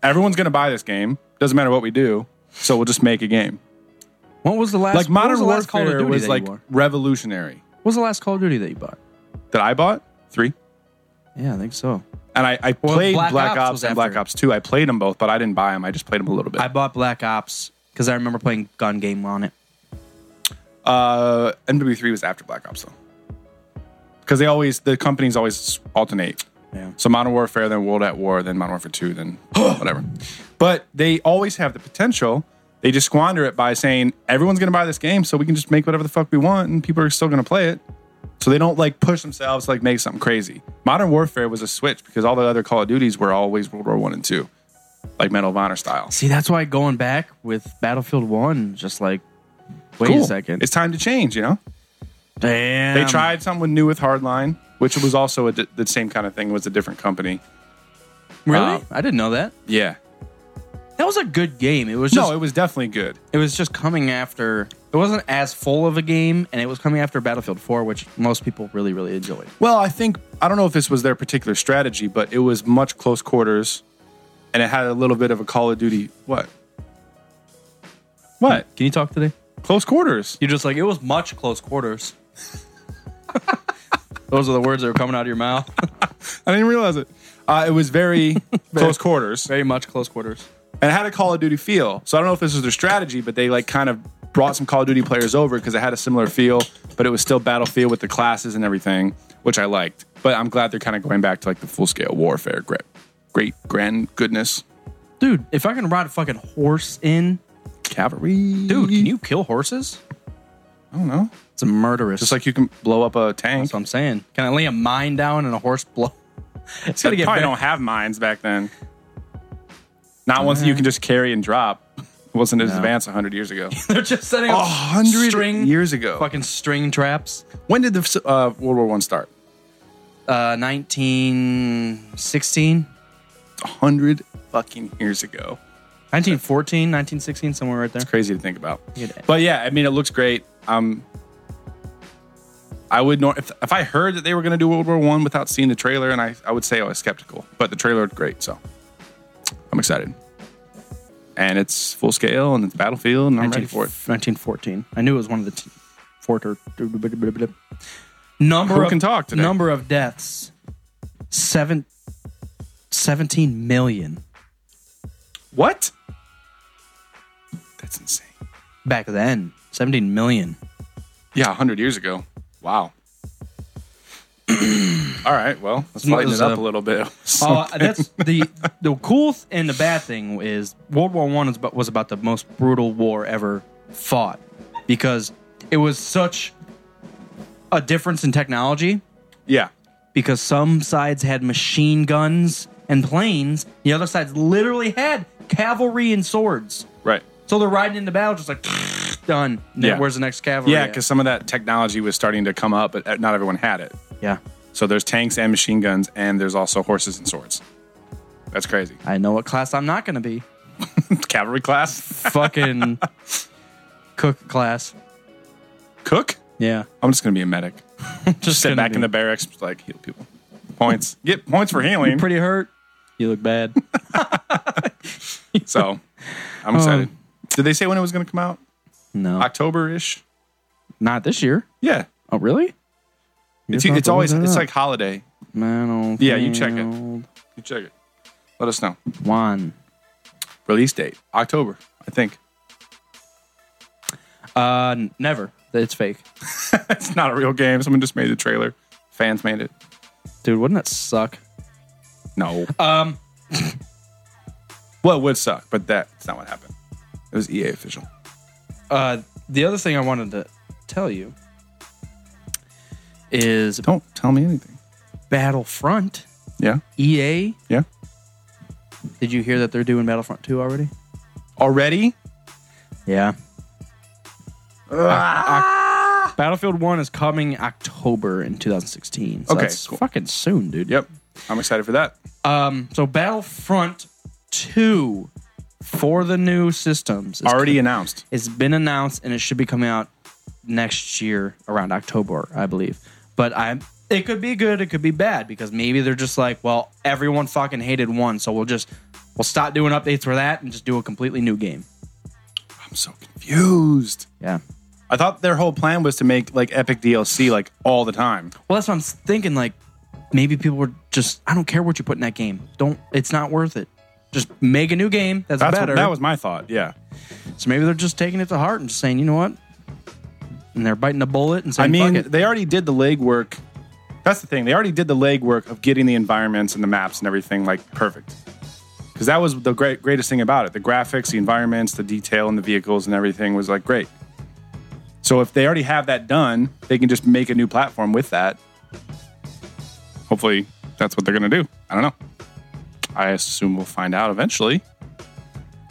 I: Everyone's gonna buy this game. Doesn't matter what we do. So we'll just make a game.
H: what was the last
I: Like
H: what
I: Modern
H: was the
I: Warfare
H: last Call of Duty
I: was
H: that
I: like
H: you bought?
I: revolutionary.
H: what was the last Call of Duty that you bought?
I: That I bought three,
H: Yeah, I think so.
I: and I, I played
H: Black
I: Black,
H: Ops
I: Ops,
H: was
I: and Black
H: after.
I: Ops Two. I played them both, but I didn't buy them. I just played them a little bit.
H: I bought Black Ops because I remember playing Gun Game on it.
I: uh, MW3 was after Black Ops though, because they always the companies always alternate.
H: Yeah.
I: So Modern Warfare, then World at War, then Modern Warfare 2, then [GASPS] whatever. But they always have the potential. They just squander it by saying everyone's going to buy this game, so we can just make whatever the fuck we want, and people are still going to play it. So they don't like push themselves to like make something crazy. Modern Warfare was a switch because all the other Call of Duties were always World War One and Two, like Medal of Honor style.
H: See, that's why going back with Battlefield One, just like, wait
I: Cool.
H: a second,
I: it's time to change. You know,
H: damn,
I: they tried something new with Hardline, which was also a di- the same kind of thing. Was a different company.
H: Really,
I: Uh,
H: I didn't know that.
I: Yeah,
H: That was a good game. It was just
I: no, it was definitely good.
H: it was just coming after it wasn't as full of a game and it was coming after battlefield 4 which most people really really enjoyed
I: Well, I think I don't know if this was their particular strategy, but it was much close quarters, and it had a little bit of a Call of Duty. What? What?
H: can you talk today
I: Close quarters?
H: you're just like it was much close quarters [LAUGHS] those are the words that were coming out of your mouth [LAUGHS]
I: I didn't realize it. Uh, it was very [LAUGHS] close quarters,
H: very much close quarters
I: and it had a Call of Duty feel. So I don't know if this was their strategy, but they like kind of brought some Call of Duty players over because it had a similar feel, but it was still Battlefield with the classes and everything, which I liked. But I'm glad they're kind of going back to like the full scale warfare grip. Great, grand goodness,
H: dude if i can ride a fucking horse in
I: cavalry,
H: dude can you kill horses
I: I don't know.
H: it's murderous
I: Just like you can blow up a tank.
H: that's what i'm saying can i lay a mine down and a horse blow [LAUGHS] it's
I: They probably
H: gonna get very-
I: don't have mines back then. Not ones that you can just carry and drop. It wasn't as advanced 100 years ago.
H: they're just setting up [LAUGHS] string
I: years ago.
H: fucking string traps
I: When did the uh, World War One start?
H: uh 1916
I: 100 fucking years ago.
H: 1914, 1916, somewhere right there.
I: Crazy to think about.
H: Good.
I: But yeah, I mean, it looks great. Um, I would nor- if, if I heard that they were going to do World War One without seeing the trailer, and I, I would say I was skeptical. But the trailer looked great, so I'm excited. And it's full scale, and it's battlefield, and I'm ready for it.
H: 1914. I knew it was one of the t- fort or number
I: Who
H: of
I: can talk today?
H: number of deaths. Seven, 17 million
I: What? That's insane.
H: back then. 17 million.
I: Yeah, 100 years ago. Wow. [CLEARS THROAT] All right, well, let's
H: As much
I: lighten
H: as,
I: it up
H: uh,
I: a little bit. [LAUGHS]
H: Oh, that's the the cool th- and the bad thing is World War One is about, was about the most brutal war ever fought because it was such a difference in technology
I: yeah.
H: because some sides had machine guns and planes, the other sides literally had cavalry and swords.
I: Right.
H: So they're riding into battle just like [LAUGHS] done.
I: Yeah.
H: Where's the next cavalry?
I: Yeah,
H: at?
I: because some of that technology was starting to come up, but uh, not everyone had it.
H: yeah,
I: So there's tanks and machine guns, and there's also horses and swords. That's crazy. [LAUGHS]
H: I know what class I'm not going to be.
I: Cavalry class?
H: Fucking cook class.
I: Cook?
H: Yeah,
I: I'm just going to be a medic.
H: just
I: Sit
H: gonna
I: back
H: be-
I: in the barracks, like, heal people. Points. Get points for healing.
H: pretty hurt. You look [LAUGHS] bad.
I: So
H: Um,
I: I'm excited. Did they say when it was going to come out?
H: No,
I: October ish?
H: not this year.
I: Yeah.
H: Oh, really?
I: It's,
H: I'll have
I: it's
H: to
I: always,
H: look that
I: it's
H: up.
I: like holiday.
H: Man,
I: Yeah, you check it. You check it. Let us know.
H: One.
I: Release date October, I think. [LAUGHS]
H: Uh, n- never. It's fake,
I: It's not a real game. Someone just made the trailer. Fans made it.
H: dude. Wouldn't that suck?
I: No.
H: Um,
I: well, it would suck, but that's not what happened. It was EA official.
H: uh, the other thing I wanted to tell you is
I: Don't tell me anything.
H: Battlefront
I: Yeah.
H: EA.
I: Yeah.
H: Did you hear that they're doing Battlefront 2 already?
I: Already?
H: Yeah. Battlefield 1 is coming October in 2016. So
I: Okay,
H: that's
I: cool.
H: fucking soon, dude.
I: Yep. I'm excited for that.
H: Um, so Battlefront 2 for the new systems is
I: Already announced.
H: It's been announced and it should be coming out next year around October, I believe. But I'm it could be good, it could be bad because maybe they're just like, well, everyone fucking hated one, so we'll just we'll stop doing updates for that and just do a completely new game.
I: I'm so confused.
H: Yeah.
I: I thought their whole plan was to make like epic DLC like all the time.
H: Well, that's what I'm thinking. Like, maybe people were just, I don't care what you put in that game. Don't, it's not worth it. Just make a new game that's,
I: That's
H: better.
I: What, that was my thought. Yeah.
H: so maybe they're just taking it to heart and just saying, you know what? And they're biting the bullet and saying,
I: I mean,
H: fuck it.
I: they already did the legwork. That's the thing. They already did the legwork of getting the environments and the maps and everything like perfect. Because that was the great, greatest thing about it. The graphics, the environments, the detail, and the vehicles and everything was like great. So if they already have that done, they can just make a new platform with that. Hopefully, that's what they're going to do. I don't know. I assume we'll find out eventually.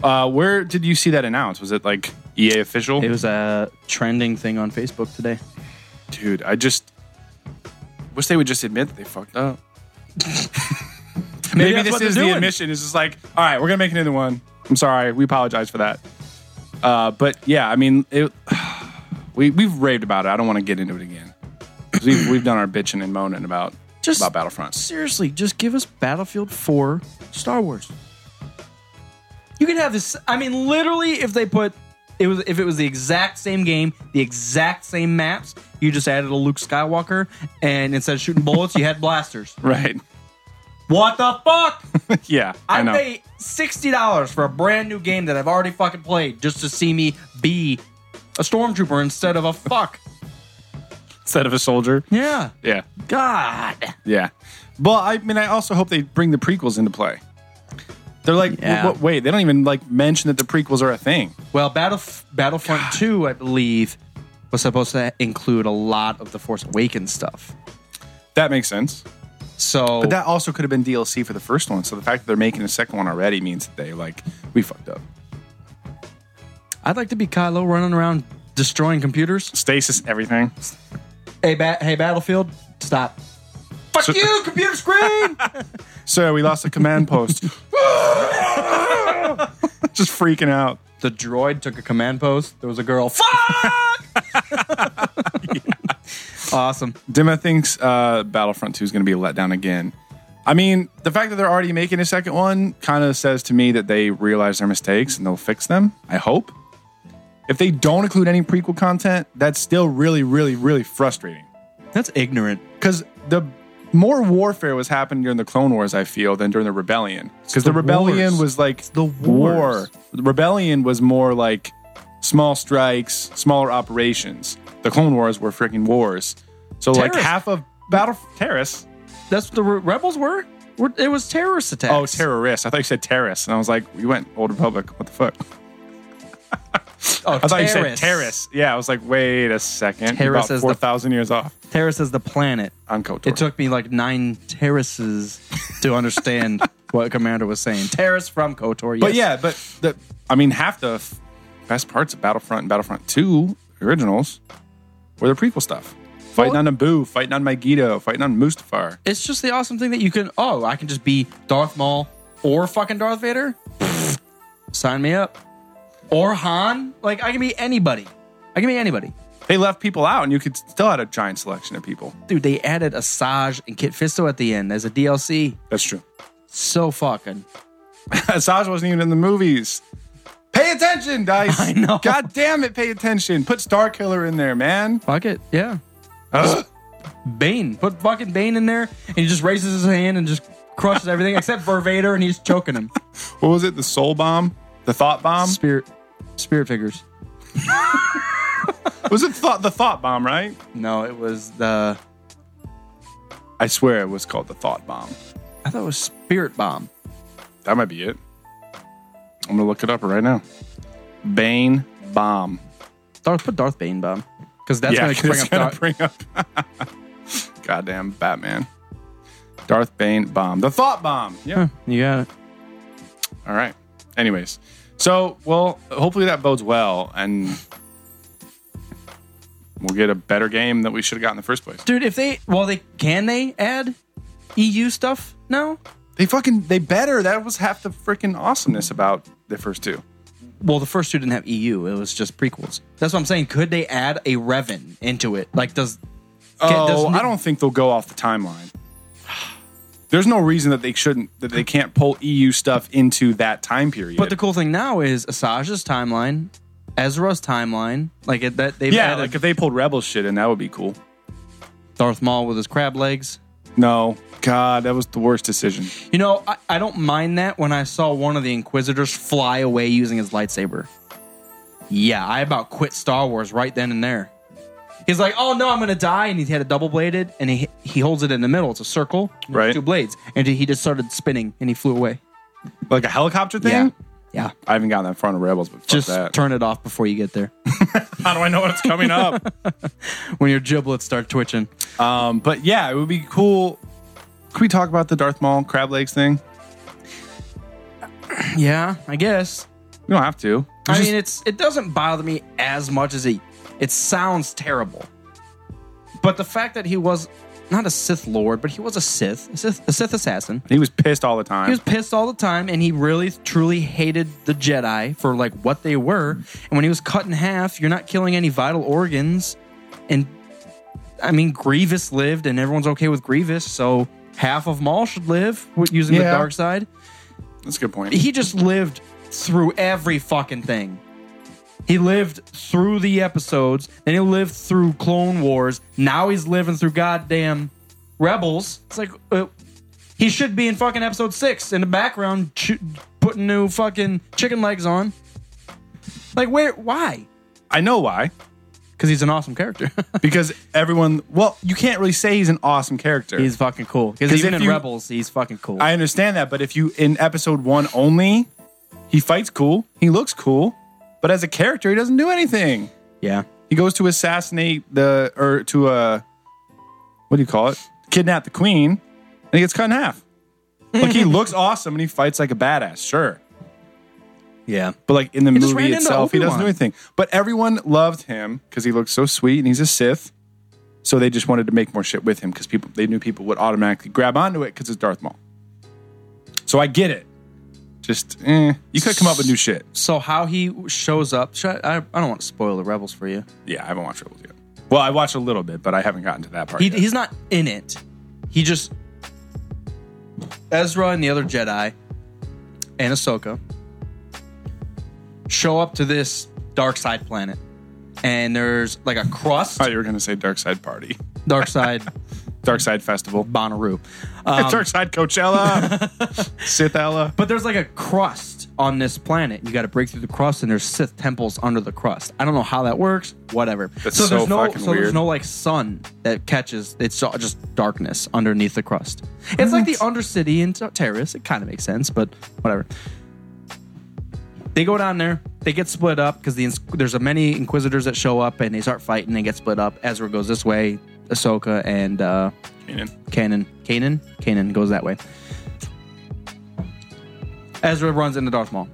I: Uh, where did you see that announced? Was it like EA official?
H: It was a trending thing on Facebook today.
I: Dude, I just wish they would just admit that they fucked
H: Oh.
I: up. Maybe,
H: that's
I: this
H: what they're
I: is the
H: doing.
I: admission. It's just like, all right, we're gonna make another one. I'm sorry, we apologize for that. Uh, but yeah, I mean, it, [SIGHS] we we've raved about it. I don't want to get into it again. 'Cause We've, we've done our bitching and moaning about
H: Just-
I: about Battlefront.
H: Seriously, just give us Battlefield 4 Star Wars. You could have this. I mean, literally, if they put it was if it was the exact same game, the exact same maps, you just added a Luke Skywalker, and instead of shooting bullets, you had blasters.
I: Right? [LAUGHS]
H: What the fuck? [LAUGHS]
I: Yeah, I,
H: I,
I: know.
H: pay sixty dollars for a brand new game that I've already fucking played just to see me be a stormtrooper instead of a fuck.
I: Instead of a soldier.
H: yeah.
I: Yeah,
H: God.
I: yeah. Well, I mean, I also hope they bring the prequels into play. They're like,
H: Yeah.
I: what, wait, they don't even like mention that the prequels are a thing.
H: Well, Battle Battlefront Two, I believe, was supposed to include a lot of the Force Awakens stuff.
I: That makes sense.
H: So
I: But that also could have been DLC for the first one. So the fact that they're making a second one already means that they like we fucked up.
H: I'd like to be Kylo running around destroying computers.
I: Stasis everything.
H: Hey, ba- hey, Battlefield, stop. Fuck you, computer screen.
I: Sir, we lost a command post. [LAUGHS] Just freaking out.
H: [LAUGHS] the droid took a command post. There was a girl. Fuck. [LAUGHS] Awesome.
I: Dima thinks uh, Battlefront 2 is going to be let down again. I mean, the fact that they're already making a second one kind of says to me that they realize their mistakes and they'll fix them. I hope. If they don't include any prequel content, that's still really, really, really frustrating.
H: That's ignorant.
I: because the more warfare was happening during the Clone Wars, I feel, than during the Rebellion. Because the,
H: the
I: Rebellion
H: wars.
I: was like
H: the
I: war.
H: wars.
I: The Rebellion was more like small strikes, smaller operations. The Clone Wars were freaking wars. So like
H: Terrorist-
I: half of Battle Terrorists.
H: That's what the re- rebels were. were. It was terrorist attacks.
I: Oh, terrorists! I thought you said terrorists, and I was like, "You went Old Republic. What the fuck?"
H: Oh,
I: I thought you said
H: terrorists.
I: terrorists. Yeah, I was like, "Wait a second, You're
H: Terrorists
I: about
H: is the-
I: four thousand years off."
H: Terrace is the planet.
I: I'm KOTOR.
H: It took me like nine terraces to [LAUGHS] understand what Commander was saying. Terrace from Kotor. Yes.
I: But yeah, but the I mean, half the f- best parts of Battlefront and Battlefront Two originals were the prequel stuff. Fighting on Naboo, fighting on Megiddo, fighting on Mustafar.
H: it's just the awesome thing that you can. Oh, I can just be Darth Maul or fucking Darth Vader. [LAUGHS] Pfft, Sign me up. Or Han. Like I can be anybody. I can be anybody.
I: They left people out, and you could still had a giant selection of people.
H: Dude, they added Asajj and Kit Fisto at the end as a DLC.
I: That's [LAUGHS] true.
H: So fucking.
I: Asajj wasn't even in the movies. Pay attention, [LAUGHS] dice.
H: I know.
I: God damn it, pay attention. Put Star Killer in there, man.
H: Fuck it. [GASPS] Yeah.
I: Ugh.
H: Bane. Put fucking Bane in there and he just raises his hand and just crushes everything except for Vader and he's choking him.
I: what was it? The soul bomb? The thought bomb?
H: Spirit spirit figures.
I: was it thought the thought bomb, right?
H: No, it was the
I: I swear it was called the thought bomb.
H: I thought it was Spirit Bomb.
I: That might be it. I'm gonna look it up right now. Bane bomb.
H: Darth put Darth Bane Bomb. Because that's
I: yeah,
H: gonna bring
I: it's [LAUGHS]
H: up
I: gonna
H: Darth
I: bring up. Goddamn Batman. Darth Bane bomb. The thought bomb. Yeah.
H: [LAUGHS] You got it.
I: All right. Anyways, so well, hopefully that bodes well, and we'll get a better game that we should have got in the first place.
H: Dude, if they well they can they add EU stuff now?
I: They fucking they better. That was half the freaking awesomeness about the first two.
H: Well, the first two didn't have EU. It was just prequels. That's what I'm saying. Could they add a Revan into it? Like, does
I: Oh,
H: does-
I: I don't think they'll go off the timeline. [SIGHS] There's no reason that they shouldn't that they can't pull EU stuff into that time period.
H: But the cool thing now is Asajj's timeline, Ezra's timeline, like it, that they've
I: yeah,
H: added
I: like if they pulled Rebel shit in, that would be cool.
H: Darth Maul with his crab legs.
I: No, God, that was the worst decision.
H: You know, I, I don't mind that when I saw one of the Inquisitors fly away using his lightsaber. Yeah, I about quit Star Wars right then and there. He's like, "Oh no, I'm gonna die," and he had a double bladed, and he he holds it in the middle. It's a circle, and there's
I: Right.
H: Two blades, and he just started spinning, and he flew away.
I: Like a helicopter thing.
H: yeah.
I: I haven't gotten that far into Rebels, but fuck
H: Just
I: that.
H: turn it off before you get there.
I: [LAUGHS] How do I know
H: [LAUGHS]
I: what's coming up?
H: when your giblets start twitching.
I: um, but yeah, it would be cool. Can we talk about the Darth Maul crab legs thing?
H: Yeah, I guess.
I: We don't have to.
H: I mean, it's it doesn't bother me as much as he. It sounds terrible, but the fact that he was not a Sith Lord, but he was a Sith, a Sith, a Sith assassin.
I: He was pissed all the time.
H: He was pissed all the time, and he really, truly hated the Jedi for like what they were. And when he was cut in half, you're not killing any vital organs. And I mean, Grievous lived, and everyone's okay with Grievous, so half of Maul should live with- using the
I: Yeah.
H: dark side.
I: That's a good point.
H: he just lived through every fucking thing. He lived through the episodes, then he lived through Clone Wars. Now he's living through goddamn Rebels. It's like uh, he should be in fucking episode six in the background, ch- putting new fucking chicken legs on. Like, where? Why?
I: I know why.
H: Because he's an awesome character. [LAUGHS]
I: Because everyone, well, you can't really say he's an awesome character.
H: he's fucking cool. Because
I: 'Cause
H: even
I: if
H: in
I: you-
H: Rebels, he's fucking cool.
I: I understand that, but if you in episode one only, he fights cool, he looks cool, but as a character, he doesn't do anything.
H: yeah.
I: He goes to assassinate the or to uh, what do you call it? Kidnap the queen, and he gets cut in half. Like he looks awesome and he fights like a badass, sure,
H: Yeah.
I: but like in the
H: just ran
I: movie
H: into
I: itself, he doesn't do
H: Obi-Wan.
I: anything. But everyone loved him because he looked so sweet and he's a Sith. So they just wanted to make more shit with him because people they knew people would automatically grab onto it because it's Darth Maul. So I get it. Just eh, you could come up with new shit.
H: So how he shows up? Should I, I, I don't want to spoil the Rebels for you.
I: Yeah, I haven't watched Rebels yet. Well, I watched a little bit, but I haven't gotten to that part.
H: He,
I: yet.
H: he's not in it. He just Ezra and the other Jedi and Ahsoka show up to this dark side planet, and there's like a crust,
I: I thought you were gonna say Dark Side Party.
H: dark side
I: Dark Side Festival.
H: Bonnaroo. Um,
I: It's [LAUGHS] Dark Side Coachella.
H: [LAUGHS]
I: Sithella.
H: But there's like a crust on this planet. You got to break through the crust, and there's Sith temples under the crust. I don't know how that works. Whatever.
I: That's so
H: there's no
I: fucking
H: so there's
I: weird.
H: no like sun that catches. It's all just darkness underneath the crust. It's like the Undercity in Ter- Terrace. It kind of makes sense, but whatever. They go down there. They get split up because the ins- there's a many inquisitors that show up and they start fighting. They get split up. Ezra goes this way. Ahsoka and uh,
I: Kanan.
H: Kanan. Kanan? Kanan goes that way. Ezra runs into Darth Maul.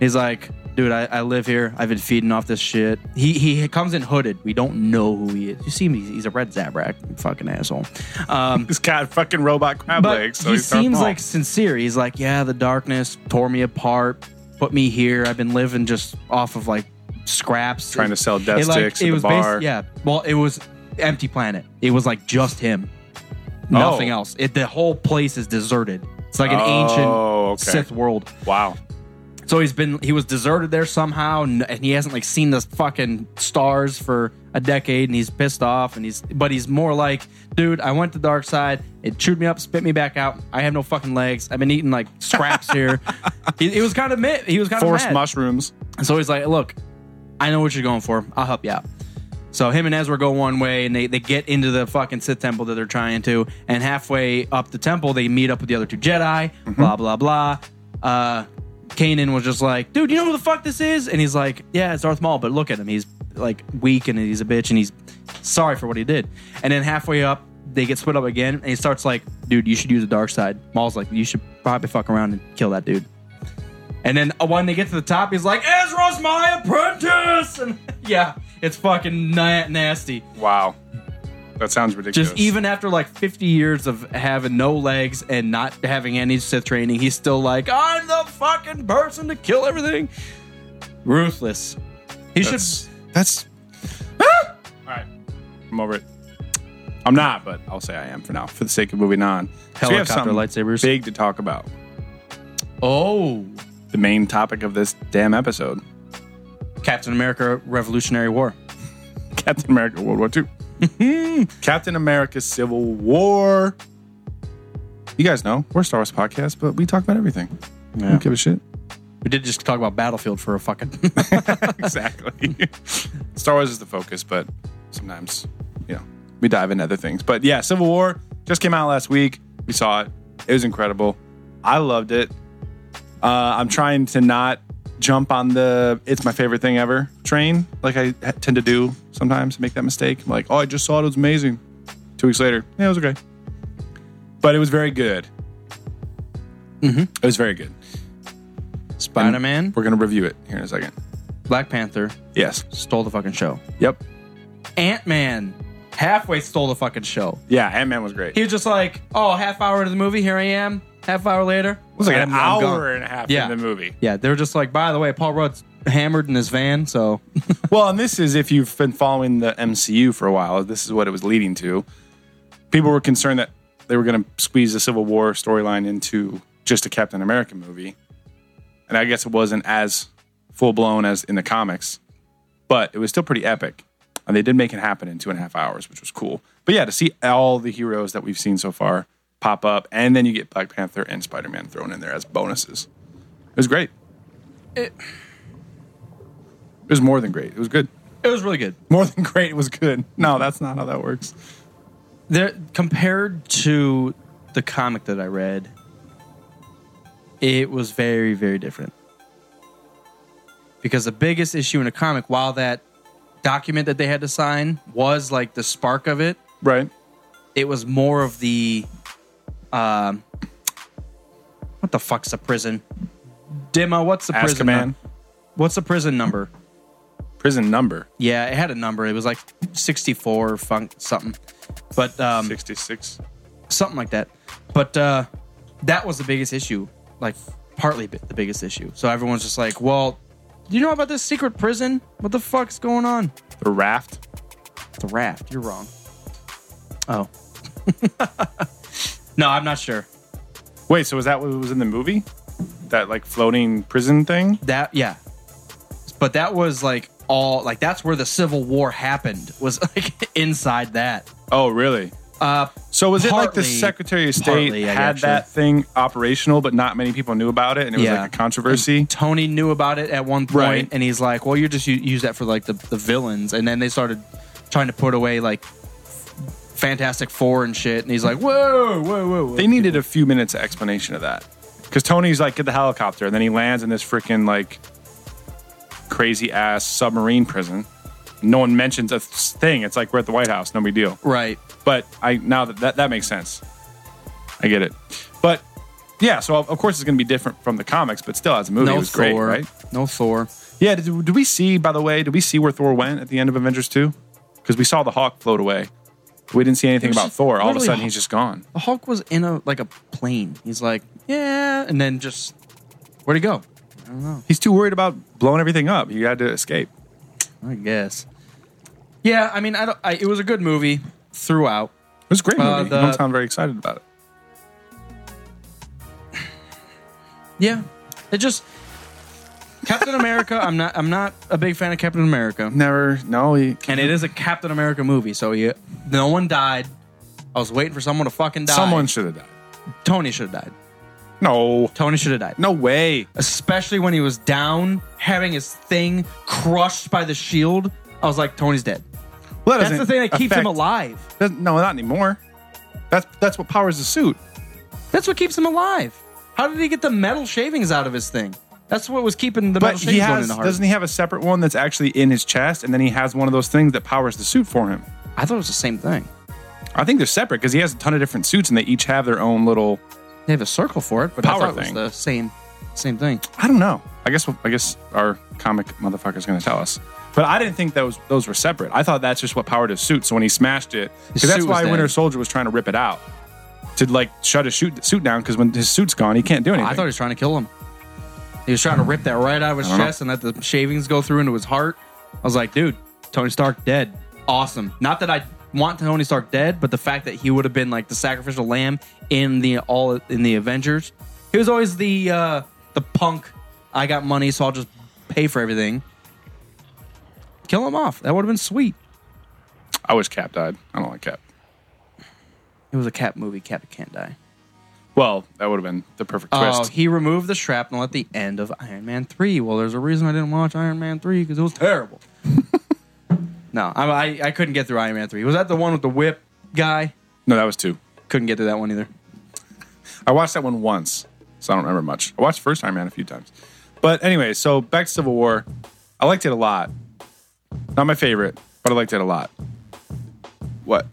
H: He's like, dude, I, I live here. I've been feeding off this shit. He he comes in hooded. We don't know who he is. You see him, he's, he's a red Zabrak. Fucking asshole. Um,
I: He's got fucking robot crab
H: but
I: legs. So
H: he
I: he's Darth
H: seems
I: Maul.
H: like sincere. He's like, yeah, the darkness tore me apart, put me here. I've been living just off of like scraps,
I: Trying to sell death sticks at
H: it
I: the
H: was basi-
I: bar.
H: yeah, well, it was empty planet. It was like just him, nothing
I: Oh.
H: else. It, the whole place is deserted. It's like an
I: Oh,
H: ancient
I: okay.
H: Sith world.
I: wow.
H: So he's been he was deserted there somehow, n- and he hasn't like seen the fucking stars for a decade, and he's pissed off, and he's but he's more like, dude, I went to the dark side, it chewed me up, spit me back out. I have no fucking legs. I've been eating like scraps here. He, he was kind of mi- he was kind
I: Forced
H: of mad.
I: mushrooms.
H: And so he's like, look, I know what you're going for. I'll help you out. So him and Ezra go one way and they, they get into the fucking Sith temple that they're trying to. And halfway up the temple, they meet up with the other two Jedi, blah, blah, blah. Uh, Kanan was just like, dude, you know who the fuck this is? And he's like, yeah, it's Darth Maul, but look at him. He's like weak and he's a bitch and he's sorry for what he did. And then halfway up, they get split up again and he starts like, dude, you should use the dark side. Maul's like, you should probably fuck around and kill that dude. And then uh, when they get to the top, he's like, Ezra's my apprentice! And [LAUGHS] yeah, it's fucking na- nasty.
I: Wow. That sounds ridiculous.
H: Just even after like 50 years of having no legs and not having any Sith training, he's still like, I'm the fucking person to kill everything. Ruthless. He
I: That's.
H: should.
I: that's All right. I'm over it. I'm not, but I'll say I am for now, for the sake of moving on. So we have
H: Helicopter
I: something
H: lightsabers.
I: Big to talk about.
H: Oh.
I: The main topic of this damn episode [LAUGHS]
H: Captain America Revolutionary War.
I: Captain America World War
H: [LAUGHS]
I: II. Captain America Civil War. You guys know we're a Star Wars podcast, but we talk about everything. I don't give a shit.
H: We did just talk about Battlefield for a fucking. [LAUGHS]
I: [LAUGHS] exactly. Star Wars is the focus, but sometimes, you know, we dive into other things. But yeah, Civil War just came out last week. We saw it. It was incredible. I loved it. Uh, I'm trying to not jump on the it's my favorite thing ever train like I ha- tend to do sometimes, make that mistake. I'm like, oh, I just saw it. It was amazing. Two weeks later, yeah, it was okay. But it was very good. It was very good.
H: Spider Man,
I: We're going to review it here in a second.
H: Black Panther
I: Yes.
H: stole the fucking show.
I: Yep.
H: Ant Man halfway stole the fucking show.
I: Yeah, Ant Man was great.
H: He was just like, oh, half hour into the movie, here I am. Half hour later,
I: It was like an
H: I'm- I'm gone.
I: hour and a half
H: Yeah.
I: in the movie.
H: Yeah, they were just like, by the way, Paul Rudd's hammered in his van, so
I: [LAUGHS]
H: [LAUGHS]
I: Well, and this is if you've been following the MCU for a while, this is what it was leading to. People were concerned that they were going to squeeze the Civil War storyline into just a Captain America movie. And I guess it wasn't as full blown as in the comics, but it was still pretty epic. And they did make it happen in two and a half hours, which was cool. But yeah, to see all the heroes that we've seen so far pop up, and then you get Black Panther and Spider Man thrown in there as bonuses. It was great. It was more than great. It was good. [LAUGHS]
H: it was really good.
I: More than great was good. No, that's not how that works.
H: There, compared to the comic that I read, it was very, very different. Because the biggest issue in a comic, while that document that they had to sign was like the spark of it,
I: Right.
H: it was more of the um what the fuck's a prison Dima, what's the prison
I: Azkaban.
H: num- what's the prison number
I: Prison number
H: yeah it had a number it was like 64 or funk something but um
I: 66.
H: something like that but uh that was the biggest issue like partly bi- the biggest issue so everyone's just like well do you know about this secret prison what the fuck's going on
I: The raft.
H: the raft. You're wrong. Oh. [LAUGHS] no, I'm not sure.
I: Wait, so was that what was in the movie? That like floating prison thing?
H: That yeah. But that was like [LAUGHS] all like that's where the Civil War happened was like inside that.
I: Oh, really? So was it like the
H: Uh, Partly-
I: Secretary of State
H: partly, I
I: had
H: gotcha.
I: that thing operational, but not many people knew about it, and it was
H: Yeah.
I: like a controversy?
H: Tony knew about it at one point,
I: Right.
H: and he's like, "Well, you're just u- use that for like the, the villains." And then they started trying to put away like Fantastic Four and shit, and he's like, "Whoa, whoa, whoa!" whoa.
I: They needed a few minutes of explanation of that because Tony's like, "Get the helicopter," and then he lands in this freaking like crazy ass submarine prison. No one mentions a thing. It's like we're at the White House, no big deal.
H: right.
I: But I now that that, that makes sense. I get it. But yeah, so of of course it's going to be different from the comics, but still as a movie, it
H: no
I: was
H: Thor,
I: great, right?
H: No Thor.
I: Yeah. Did, did we see? By the way, did we see where Thor went at the end of Avengers Two? Because we saw the Hawk float away. We didn't see anything
H: was
I: about
H: just
I: Thor. All of a
H: literally
I: sudden,
H: Hawk-
I: he's just gone.
H: The Hulk was in a like a plane. He's like, "Yeah," and then just where'd he go?
I: He's too worried about blowing everything up. He had to escape.
H: I guess. Yeah, I mean, I don't. I, it was a good movie throughout.
I: It was a great movie.
H: Uh,
I: you
H: the-
I: don't sound very excited about it.
H: Yeah, it just Captain America. I'm not. I'm not a big fan of Captain America.
I: Never. No. He,
H: and it is a Captain America movie, so you, no one died. I was waiting for someone to fucking die.
I: someone should have died.
H: Tony should have died.
I: No.
H: Tony should have died.
I: No way.
H: Especially when he was down, having his thing crushed by the shield. I was like, Tony's dead.
I: Well, that
H: That's the
I: doesn't
H: thing that keeps him
I: affect-
H: alive.
I: doesn't- No, not anymore. That's that's what powers the suit.
H: That's what keeps him alive. How did he get the metal shavings out of his thing? That's what was keeping the metal
I: But he
H: shavings going in
I: has
H: the heart.
I: doesn't he have a separate one that's actually in his chest, and then he has one of those things that powers the suit for him.
H: I thought it was the same thing.
I: I think they're separate because he has a ton of different suits, and they each have their own little.
H: They have a circle for it, but
I: Power
H: I thought
I: thing.
H: it was the same same thing.
I: I don't know. I guess I guess our comic motherfucker's going to tell us. But I didn't think those those were separate. I thought that's just what powered his suit. So when he smashed it,
H: His
I: because that's
H: suit was
I: why Winter
H: dead.
I: Soldier was trying to rip it out to like shut his shoot, suit down. Because when his suit's gone, he can't do anything.
H: I thought he was trying to kill him. He was trying to rip that right out of his
I: I don't know.
H: chest and let the shavings go through into his heart. I was like, dude, Tony Stark dead. Awesome. Not that I want Tony Stark dead, but the fact that he would have been like the sacrificial lamb in the all in the Avengers. He was always the uh the punk. I got money, so I'll just pay for everything. Kill him off. That would have been sweet.
I: I wish Cap died. I don't like Cap.
H: It was a Cap movie. Cap can't die.
I: Well, that would have been the perfect
H: Oh,
I: twist.
H: he removed the shrapnel at the end of Iron Man 3. Well, there's a reason I didn't watch Iron Man 3 because it was terrible. [LAUGHS] no, I, I, I couldn't get through Iron Man 3. Was that the one with the whip guy?
I: no, that was two.
H: Couldn't get through that one either.
I: I watched that one once, so I don't remember much. I watched First Iron Man a few times. But anyway, so back to Civil War. I liked it a lot. Not my favorite, but I liked it a lot. What?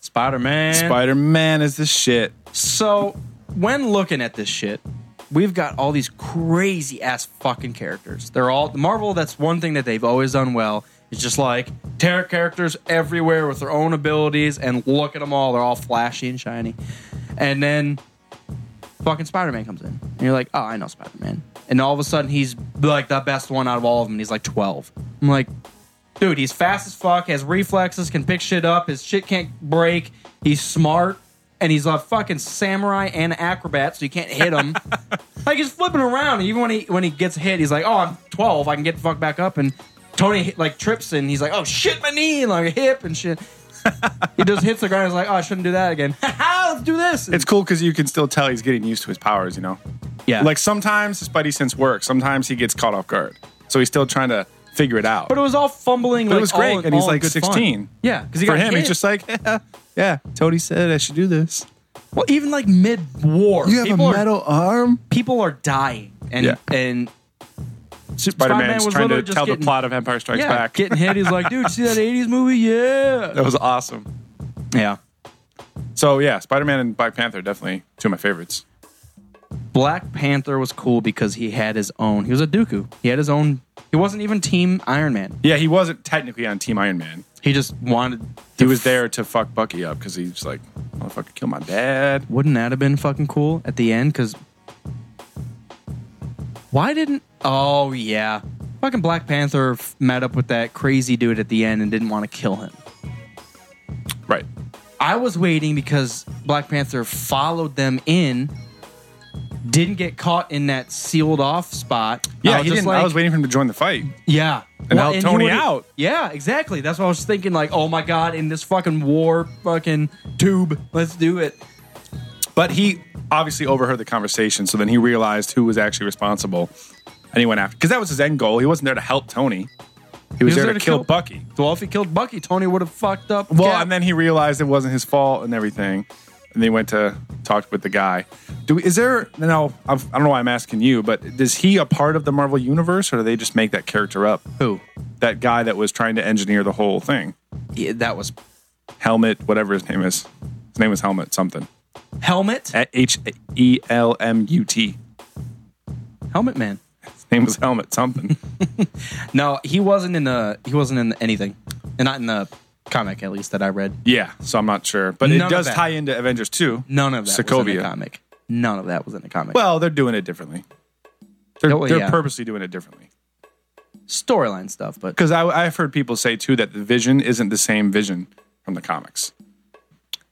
H: Spider Man.
I: Spider Man is the shit.
H: so, when looking at this shit, we've got all these crazy ass fucking characters. They're all Marvel, that's one thing that they've always done well. It's just like tear characters everywhere with their own abilities, and look at them all. They're all flashy and shiny. And then fucking Spider Man comes in. And you're like, oh, I know Spider Man. And all of a sudden, he's like the best one out of all of them. And he's like 12. I'm like, dude, he's fast as fuck, has reflexes, can pick shit up, his shit can't break. He's smart. And he's a fucking samurai and acrobat, so you can't hit him. like he's flipping around, and even when he when he gets hit, he's like, "Oh, I'm 12, I can get the fuck back up." And Tony like trips, and he's like, "Oh shit, my knee and like a hip and shit." he just hits the ground. He's like, "Oh, I shouldn't do that again." [LAUGHS] Let's do this.
I: It's cool because you can still tell he's getting used to his powers, you know?
H: yeah,
I: Like sometimes his Spidey sense works, sometimes he gets caught off guard. So he's still trying to figure it out.
H: But it was all fumbling.
I: But it
H: like,
I: was great,
H: all in-
I: and he's
H: all in
I: like
H: good fun.
I: 16.
H: Yeah, because he
I: For
H: got
I: him,
H: hit.
I: he's just like, yeah, yeah, Tony said I should do this.
H: well, even like mid war, people
I: arm?
H: Are, people are dying, and
I: Yeah.
H: and
I: Spider Man's
H: was
I: trying to
H: literally just
I: tell the
H: getting-
I: plot of Empire Strikes
H: yeah,
I: Back.
H: getting hit. He's like, dude, see that '80s movie? Yeah,
I: [LAUGHS] that was awesome.
H: yeah.
I: So yeah, Spider Man and Black Panther definitely two of my favorites.
H: Black Panther was cool because he had his own. He was a Dooku. He had his own. He wasn't even Team Iron Man.
I: Yeah, he wasn't technically on Team Iron Man.
H: He just wanted.
I: He was there to fuck Bucky up because he's like, motherfucker, kill my dad.
H: Wouldn't that have been fucking cool at the end? Because why didn't? Oh yeah, fucking Black Panther f- met up with that crazy dude at the end and didn't want to kill him.
I: Right.
H: I was waiting because Black Panther followed them in didn't get caught in that sealed off spot.
I: Yeah,
H: I
I: he
H: just
I: didn't. I
H: like-
I: was waiting for him to join the fight.
H: yeah.
I: And help
H: he
I: Tony
H: would've-
I: out.
H: Yeah, exactly. That's what I was thinking. Like, oh my god, in this fucking war fucking tube, let's do it.
I: But he obviously overheard the conversation, so then he realized who was actually responsible, and he went after. Because that was his end goal. He wasn't there to help Tony. He was, there, to, kill, Bucky.
H: Well, if he killed Bucky, Tony would have fucked up.
I: Well,
H: Cap.
I: and then he realized it wasn't his fault and everything, and they went to talk with the guy. Do we, is there now? I've, I don't know why I'm asking you, but is he a part of the Marvel universe, or do they just make that character up?
H: Who?
I: That guy that was trying to engineer the whole thing,
H: Yeah, that was
I: Helmet, whatever his name is. His name was Helmet something.
H: Helmet.
I: H E L M U T.
H: Helmet man.
I: His name was Helmet
H: [LAUGHS]
I: something.
H: No, he wasn't in the. He wasn't in anything, and not in the comic at least that I read.
I: yeah, so I'm not sure, but
H: None
I: it
H: of
I: does
H: that.
I: tie into Avengers 2.
H: None of that was in the
I: Sokovia.
H: comic. None of that was in the comic.
I: Well, they're doing it differently. They're,
H: Oh,
I: they're
H: yeah.
I: purposely doing it differently.
H: storyline stuff, but
I: Because I've heard people say too that the Vision isn't the same Vision from the comics.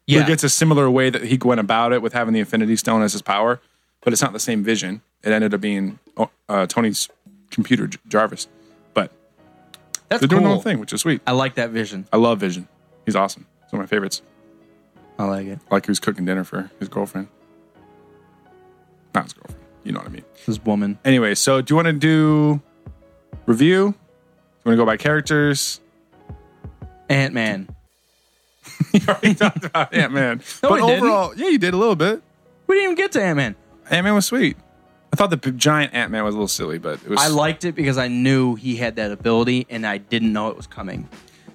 H: yeah,
I: He gets a similar way that he went about it with having the Infinity Stone as his power, but it's not the same Vision. It ended up being uh, Tony's computer, J- Jarvis. But
H: that's
I: they're doing the
H: cool.
I: whole thing, which is sweet.
H: I like that vision.
I: I love Vision. He's awesome. He's one of my favorites.
H: I like it.
I: Like he was cooking dinner for his girlfriend. Not his girlfriend. You know what I mean.
H: This woman.
I: Anyway, so do you want to do review? Do you want to go by characters? [LAUGHS]
H: Ant Man.
I: you already talked about Ant Man.
H: [LAUGHS] No,
I: but
H: I didn't.
I: overall, yeah, you did a little bit.
H: We didn't even get to Ant Man.
I: Ant Man was sweet. I thought the p- giant Ant Man was a little silly, but it was.
H: I liked it because I knew he had that ability and I didn't know it was coming.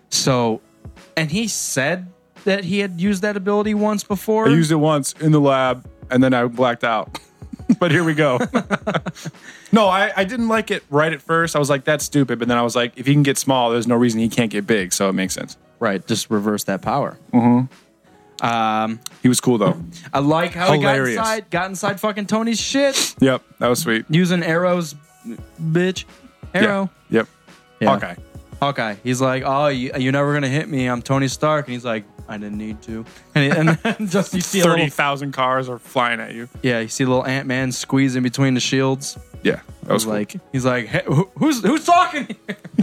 H: So, and he said that he had used that ability once before.
I: I used it once in the lab, and then I blacked out. [LAUGHS] but here we go. [LAUGHS] no, I, I didn't like it right at first. I was like, that's stupid. But then I was like, if he can get small, there's no reason he can't get big. So it makes sense.
H: right, just reverse that power.
I: He was cool though.
H: I like how he
I: Hilarious.
H: got inside, got inside fucking Tony's shit
I: yep, that was sweet.
H: using arrows, bitch. Arrow.
I: Yeah, Yep.
H: Yeah.
I: Hawkeye.
H: Hawkeye. He's like, oh, you, you're never gonna hit me. I'm Tony Stark, and he's like, I didn't need to. And, and then [LAUGHS] just you see a
I: Thirty
H: little,
I: thousand cars are flying at you.
H: yeah, you see a little Ant Man squeeze in between the shields.
I: Yeah, that was
H: He's
I: cool.
H: like, he's like, hey, who, who's who's talking?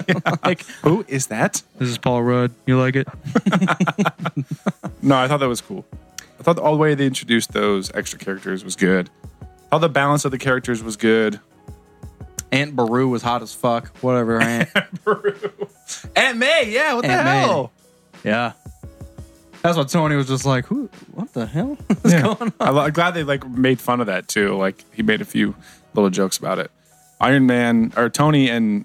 H: Here? [LAUGHS] like,
I: who is that?
H: this is Paul Rudd. You like it?
I: No, I thought that was cool. I thought all the way they introduced those extra characters was good. All the balance of the characters was good.
H: Aunt Baru was hot as fuck. Whatever, Aunt.
I: Aunt May, yeah, what
H: Aunt May. [LAUGHS]
I: [LAUGHS]
H: yeah. That's what Tony was just like. Who? What the hell? [LAUGHS]
I: What's going on? I'm glad they like made fun of that too. Like he made a few little jokes about it. Iron Man or Tony and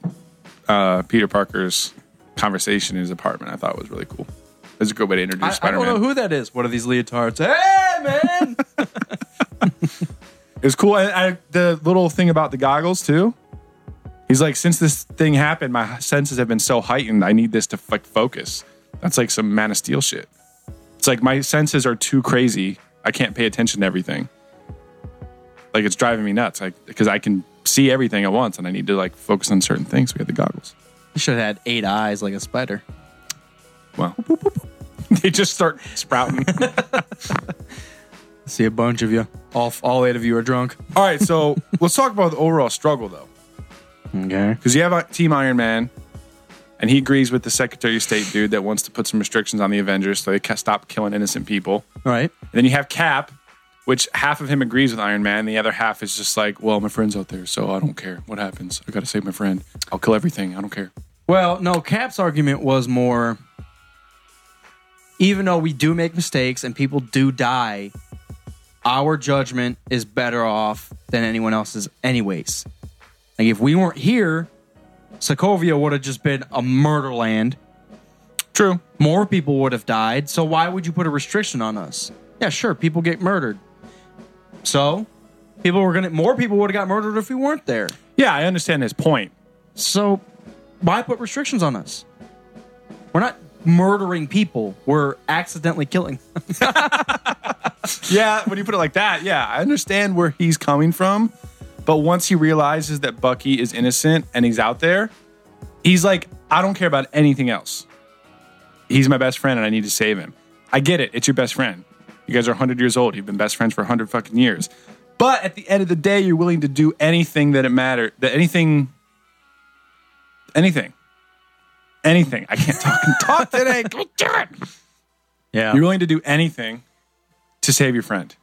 I: uh, Peter Parker's conversation in his apartment, I thought was really cool. It was a good way to introduce
H: I, I
I: Spider
H: don't know
I: Man.
H: who that is. What are these leotards? Hey, [LAUGHS] man.
I: It was cool. And I, the little thing about the goggles too. He's like, since this thing happened, my senses have been so heightened. I need this to like focus. That's like some Man of Steel shit. It's like my senses are too crazy. I can't pay attention to everything. Like it's driving me nuts. Like because I can see everything at once, and I need to like focus on certain things. We had the goggles.
H: He should have had eight eyes like a spider.
I: Wow. [LAUGHS] they just start sprouting.
H: See a bunch of you. All all eight of you are drunk.
I: All right, so let's talk about the overall struggle though.
H: Okay.
I: because you have uh, Team Iron Man, and he agrees with the Secretary of State dude that wants to put some restrictions on the Avengers so they ca- stop killing innocent people.
H: All right.
I: And then you have Cap, which half of him agrees with Iron Man, and the other half is just like, "Well, my friend's out there, so I don't care what happens. I gotta save my friend. I'll kill everything. I don't care."
H: Well, no, Cap's argument was more even though we do make mistakes and people do die, our judgment is better off than anyone else's, anyways. Like, if we weren't here, Sokovia would have just been a murder land.
I: True.
H: More people would have died. So, why would you put a restriction on us? Yeah, sure, people get murdered. So, people were going to, more people would have got murdered if we weren't there.
I: Yeah, I understand his point.
H: So why put restrictions on us? We're not murdering people. We're accidentally killing. them.
I: Yeah, when you put it like that, yeah, I understand where he's coming from. But once he realizes that Bucky is innocent and he's out there, he's like, I don't care about anything else. He's my best friend and I need to save him. I get it. It's your best friend. You guys are 100 years old. You've been best friends for 100 fucking years. But at the end of the day, you're willing to do anything that it matter that anything, anything, anything. I can't talk talk
H: [LAUGHS]
I: today. Can we do it?
H: Yeah.
I: You're willing to do anything to save your friend.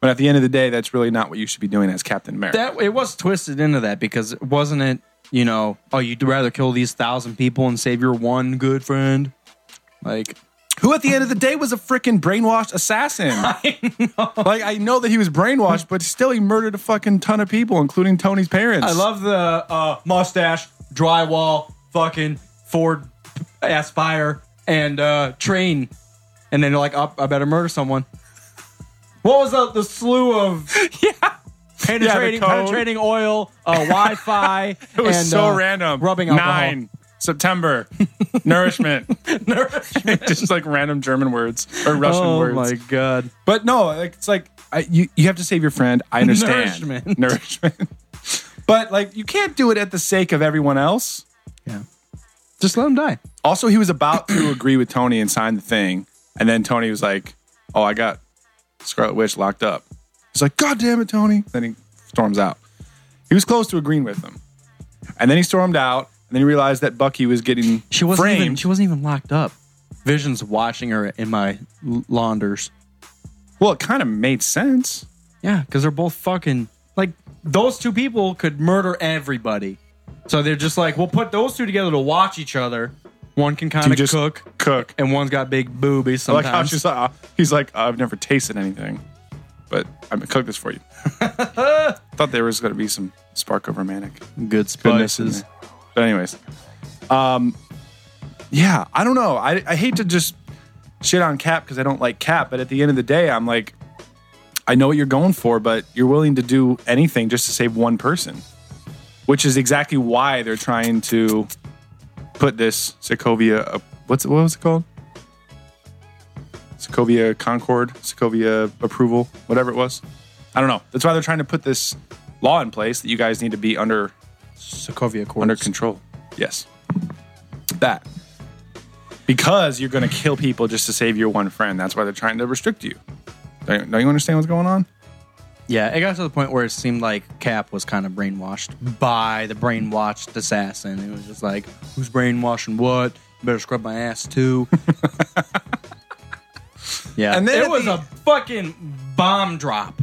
I: But at the end of the day, that's really not what you should be doing as Captain America.
H: that it was twisted into that because it wasn't it, you know, oh, you'd rather kill these thousand people and save your one good friend. Like
I: who at the end of the day was a freaking brainwashed assassin. [LAUGHS] I know. Like I know that he was brainwashed, but still he murdered a fucking ton of people, including Tony's parents.
H: I love the uh, mustache, drywall, fucking Ford Aspire, and uh, train. And then you're like, oh, I better murder someone. What was the, the slew [LAUGHS] of penetrating,
I: code.
H: penetrating oil, uh, Wi [LAUGHS] Fi?
I: It [LAUGHS] was so random.
H: Rubbing alcohol. [LAUGHS]
I: nine [LAUGHS] September nourishment.
H: [LAUGHS]
I: Just like random German words or Russian
H: Oh
I: words.
H: my god!
I: But no, like, it's like I, you you have to save your friend. I understand
H: Nourishment.
I: [LAUGHS] Nourishment. but like you can't do it at the sake of everyone else.
H: Yeah, just let him die.
I: Also, he was about
H: [CLEARS THROAT]
I: to agree with Tony and sign the thing, and then Tony was like, "Oh, I got Scarlet Witch locked up." He's like, "God damn it, Tony!" Then he storms out. He was close to agreeing with him, and then he stormed out, and then he realized that Bucky was getting
H: She wasn't
I: framed.
H: even she wasn't even locked up. Vision's watching her in my l- launders.
I: well, it kind of made sense.
H: Yeah, because they're both fucking like those two people could murder everybody. So they're just like, we'll put those two together to watch each other. One can kind
I: To
H: of
I: just
H: cook,
I: cook.
H: and one's got big boobies.
I: I like
H: Sometimes
I: how she's like, uh, he's like, I've never tasted anything, but I'm gonna cook this for you. [LAUGHS] Thought there was gonna be some spark of romantic
H: good
I: goodness in
H: spices.
I: there. But anyways, um, yeah, I don't know. I, I hate to just shit on Cap because I don't like Cap, but at the end of the day, I'm like, I know what you're going for, but you're willing to do anything just to save one person, which is exactly why they're trying to put this Sokovia. Up, what's what was it called? Sokovia Concord, Sokovia approval, whatever it was. I don't know. That's why they're trying to put this law in place that you guys need to be under
H: Sokovia Accords.
I: under control. Yes. That. Because you're going to kill people just to save your one friend. That's why they're trying to restrict you. Don't, don't you understand what's going on?
H: Yeah, it got to the point where it seemed like Cap was kind of brainwashed by the brainwashed assassin. It was just like, who's brainwashing what? Better scrub my
I: [LAUGHS]
H: ass too. yeah,
I: And then
H: and then it
I: at
H: was
I: the-
H: a fucking bomb drop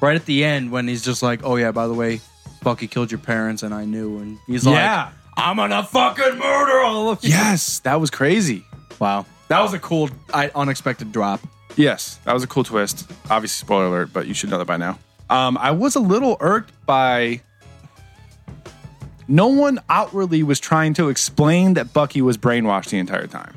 H: right at the end when he's just like, "Oh yeah, by the way, Bucky killed your parents, and I knew." And he's
I: Yeah.
H: like, "I'm gonna fucking murder all of you."
I: Yes, that was crazy.
H: Wow, that was a cool, I, unexpected drop.
I: Yes, that was a cool twist. Obviously, spoiler alert, but you should know that by now. Um, I was a little irked by no one outwardly was trying to explain that Bucky was brainwashed the entire time.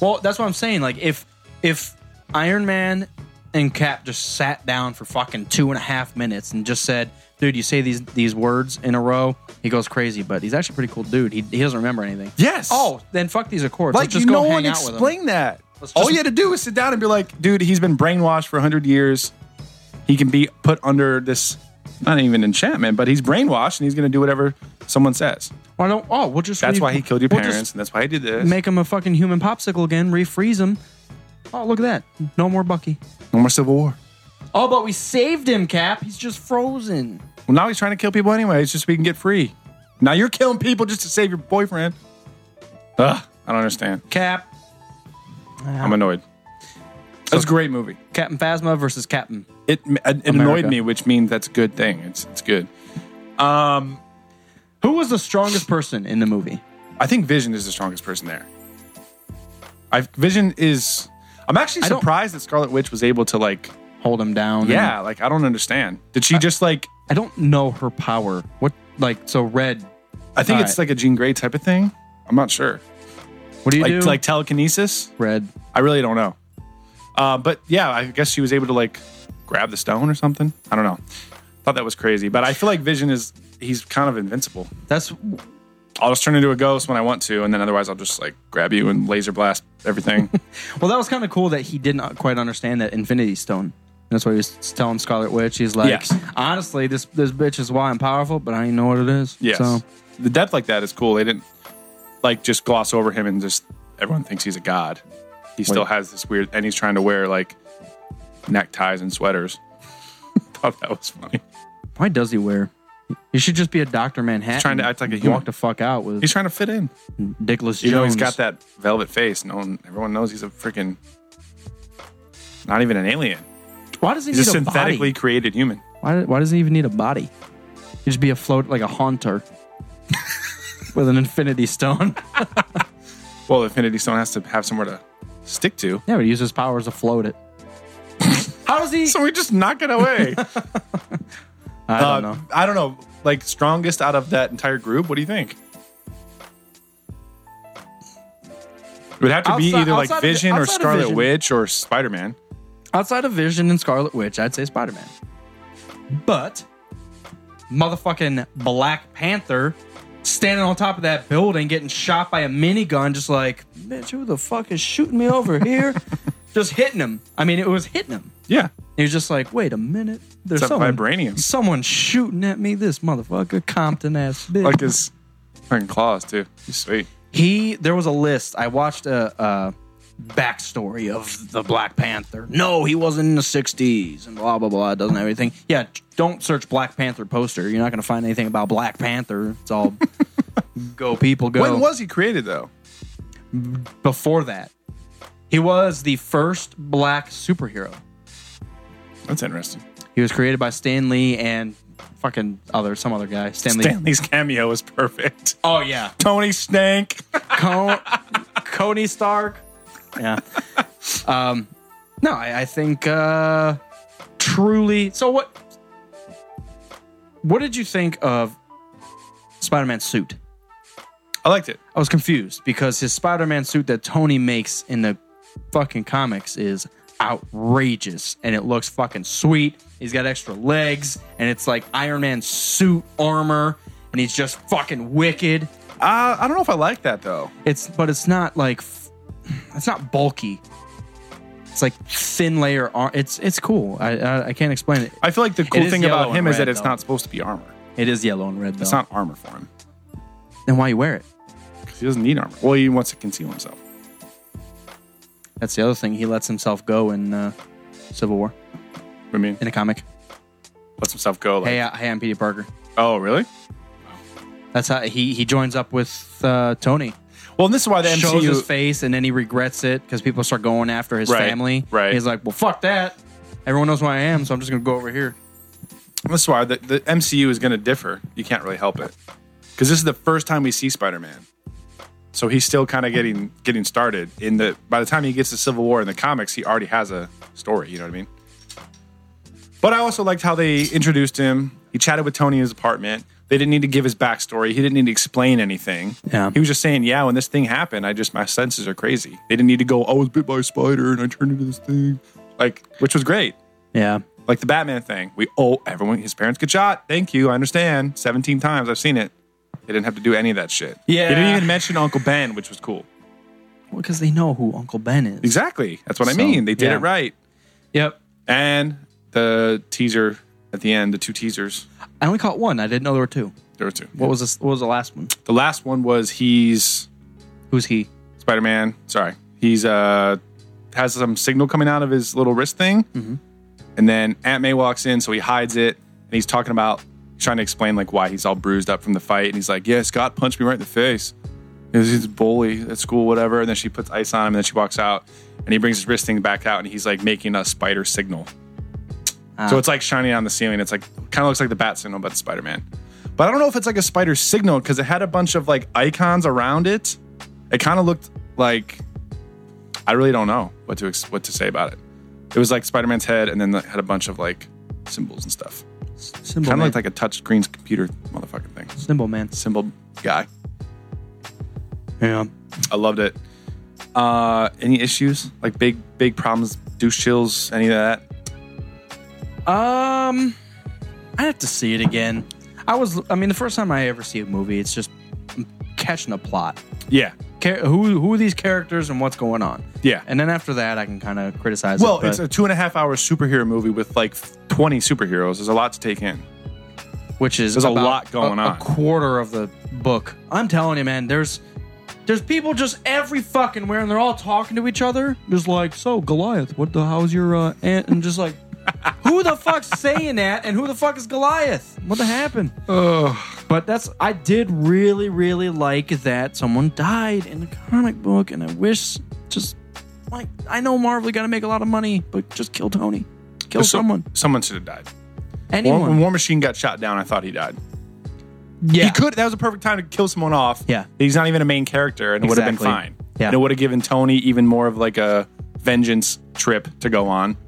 H: Well, that's what I'm saying. Like if if Iron Man and Cap just sat down for fucking two and a half minutes and just said, "Dude, you say these these words in a row," he goes crazy. But he's actually a pretty cool dude. He, he doesn't remember anything.
I: Yes.
H: Oh, then fuck these accords.
I: Like
H: Let's just
I: you,
H: go
I: no
H: hang
I: one
H: out with him.
I: explained that.
H: Let's
I: All
H: just-
I: you had to do was sit down and be like, dude, he's been brainwashed for hundred years. He can be put under this, not even enchantment, but he's brainwashed and he's going to do whatever someone says.
H: Why don't? Oh, we'll just.
I: That's
H: re-
I: why he killed your
H: we'll
I: parents,
H: just
I: and that's why he did this.
H: make him a fucking human popsicle again. Refreeze him. Oh, look at that. No more Bucky.
I: no more civil war.
H: Oh, but we saved him, Cap. He's just frozen.
I: Well, now he's trying to kill people anyway. It's just so we can get free. Now you're killing people just to save your boyfriend. Ugh, I don't understand.
H: Cap.
I: I'm annoyed. That's a great movie.
H: Captain Phasma versus Captain.
I: It it annoyed
H: America.
I: me, which means that's a good thing. It's it's good.
H: Who was the strongest person in the movie?
I: I think Vision is the strongest person there. I Vision is. I'm actually
H: I don't-
I: surprised that Scarlet Witch was able to like.
H: Hold him down. and-
I: Yeah, like I don't understand. Did she just like?
H: I don't know her power. What like so red?
I: I think
H: All
I: it's
H: right.
I: like a Jean Grey type of thing. I'm not sure.
H: What do you
I: Like
H: do?
I: like telekinesis.
H: red.
I: I really don't know. Uh, but yeah, I guess she was able to like grab the stone or something. I don't know. Thought that was crazy, but I feel like Vision is he's kind of invincible.
H: That's
I: I'll just turn into a ghost when I want to, and then otherwise I'll just like grab you and laser blast
H: [LAUGHS]
I: everything.
H: well. That was kind of cool that he didn't quite understand that Infinity Stone. That's what he was telling Scarlet Witch. He's like,
I: Yes.
H: honestly, this this bitch is why I'm powerful, but I ain't know what it is.
I: Yes.
H: So
I: The depth like that is cool. They didn't like just gloss over him and just everyone thinks he's a god. He still has this weird and he's trying to wear like neckties and sweaters. [LAUGHS] thought that was funny.
H: Why does he wear? He should just be a Doctor Manhattan.
I: trying to act like a human.
H: Walk the fuck out with
I: He's trying to fit in.
H: Dickless Jones.
I: You know, he's got that velvet face. No one, everyone knows he's a freaking, not even an alien.
H: Why does he
I: He's a
H: need a
I: synthetically
H: body?
I: created human.
H: Why, why does he even need a body? He'd just be a float like a haunter [LAUGHS] with an infinity stone.
I: Well, the Infinity Stone has to have somewhere to stick to.
H: yeah, but he uses his powers to float it. [LAUGHS] How does he?
I: So we just knock it [LAUGHS] away.
H: I
I: Uh,
H: don't know.
I: I don't know. Like strongest out of that entire group. What do you think? It would have to be
H: Outside-
I: either like
H: outside of-
I: Vision or
H: outside of
I: Scarlet
H: Vision.
I: Witch or Spider Man.
H: Outside of Vision and Scarlet Witch, I'd say Spider Man. But motherfucking Black Panther standing on top of that building getting shot by a minigun, just like, bitch, who the fuck is shooting me over [LAUGHS] here? just hitting him. I mean, it was hitting him.
I: Yeah.
H: He was just like, wait a minute. There's
I: It's a
H: someone,
I: vibranium.
H: someone shooting at me. This motherfucker, Compton ass bitch.
I: Like his fucking claws, too. He's sweet.
H: He there was a list. I watched a, a backstory of the Black Panther. No, he wasn't in the '60s and blah blah blah. Doesn't have anything. Yeah, don't search Black Panther poster. You're not going to find anything about Black Panther.
I: [LAUGHS]
H: It's all go people go.
I: When was he created, though?
H: before that? He was the first black superhero.
I: That's interesting.
H: He was created by Stan Lee and fucking other some other guy. Stan Lee.
I: Stanley's cameo was perfect. [LAUGHS]
H: Oh yeah,
I: Tony Stank.
H: Co- Coney Stark. Yeah. Um, no, I, I think uh, truly. So what? What did you think of Spider-Man's suit?
I: I liked it.
H: I was confused because his Spider-Man suit that Tony makes in the fucking comics is outrageous and it looks fucking sweet. He's got extra legs and it's like Iron Man suit armor and he's just fucking wicked.
I: Uh, I don't know if I like that, though.
H: It's but it's not like f- it's not bulky. It's like thin layer arm. It's it's cool. I I, I can't explain it.
I: I feel like the cool
H: is
I: thing
H: yellow
I: about
H: and
I: him is
H: red,
I: that it's
H: though.
I: not supposed to be armor.
H: It is yellow and red though.
I: It's not armor for him.
H: then why you wear it?
I: He doesn't need armor. Well, he wants to conceal himself.
H: That's the other thing. He lets himself go in uh, Civil War
I: I mean,
H: in a comic.
I: lets himself go. Like,
H: Hey, I, hey, I'm Peter Parker.
I: oh, really?
H: That's how he he joins up with uh, Tony.
I: Well, and this is why the
H: Shows his
I: MCU.
H: face and then he regrets it because people start going after his
I: Right,
H: family.
I: right.
H: He's like, well, fuck that. Everyone knows who I am, so I'm just gonna go over here.
I: This is why the, the MCU is going to differ. You can't really help it because this is the first time we see Spider-Man, so he's still kind of getting getting started. In the by the time he gets to Civil War in the comics, he already has a story. You know what I mean? But I also liked how they introduced him. He chatted with Tony in his apartment. They didn't need to give his backstory. He didn't need to explain anything.
H: Yeah.
I: He was just saying, "Yeah, when this thing happened, I just my senses are crazy." They didn't need to go, "I was bit by a spider and I turned into this thing," like which was great
H: Yeah.
I: like the Batman thing. We oh everyone his parents get shot. Thank you, I understand. Seventeen times I've seen it. They didn't have to do any of that shit.
H: Yeah.
I: they didn't even mention Uncle Ben, which was cool.
H: Well, because they know who Uncle Ben is.
I: Exactly, that's what I
H: So,
I: mean. They did
H: yeah.
I: it right.
H: Yep.
I: And the teaser at the end, the two teasers.
H: I only caught one. I didn't know there were two.
I: There were two.
H: What was this? What was the last one?
I: The last one was he's
H: Who's he?
I: Spider Man. Sorry, he's uh has some signal coming out of his little wrist thing, and then Aunt May walks in, so he hides it, and he's talking about trying to explain like why he's all bruised up from the fight, and he's like, "Yeah, Scott punched me right in the face. It was- He's a bully at school, whatever." And then she puts ice on him, and then she walks out, and he brings his wrist thing back out, and he's like making a spider signal. So it's like shining on the ceiling. It's like kind of looks like the bat signal, but Spider Man. But I don't know if it's like a spider signal because it had a bunch of like icons around it. It kind of looked like I really don't know what to ex- what to say about it. It was like Spider Man's head, and then it had a bunch of like symbols and stuff.
H: Symbol
I: Kind of
H: man.
I: looked like a touch screen computer motherfucking thing.
H: Symbol man.
I: Symbol guy.
H: Yeah.
I: I loved it. Uh, any issues? Like big big problems? Douche chills? Any of that?
H: Um, I have to see it again. I was. I mean, the first time I ever see a movie, it's just I'm catching a plot.
I: Yeah,
H: Char- who who are these characters and what's going on?
I: yeah.
H: And then after that, I can kind of criticize.
I: Well,
H: it, but-
I: it's a two and a half hour superhero movie with like 20 superheroes. There's a lot to take in.
H: which is
I: There's a
H: about
I: lot going
H: a-
I: on.
H: A quarter of the book. I'm telling you, man. There's there's people just every fucking
I: [LAUGHS]
H: where, and they're all talking to each other. Just like, so Goliath, what the how's your uh, aunt? And just like, who the fuck's saying that? And who the fuck is Goliath? What the happened? But that's I did really really like that someone died in the comic book, and I wish just like I know Marvel got to make a lot of money, but just kill Tony, kill
I: So-
H: someone,
I: Oh, Someone should have died. War,
H: anyone.
I: when War Machine got shot down, I thought he died.
H: yeah,
I: He could. That was a perfect time to kill someone off.
H: Yeah.
I: He's not even a main character, and it would have been
H: Exactly.
I: fine.
H: Yeah.
I: And it would have given Tony even more of like a vengeance trip to go on.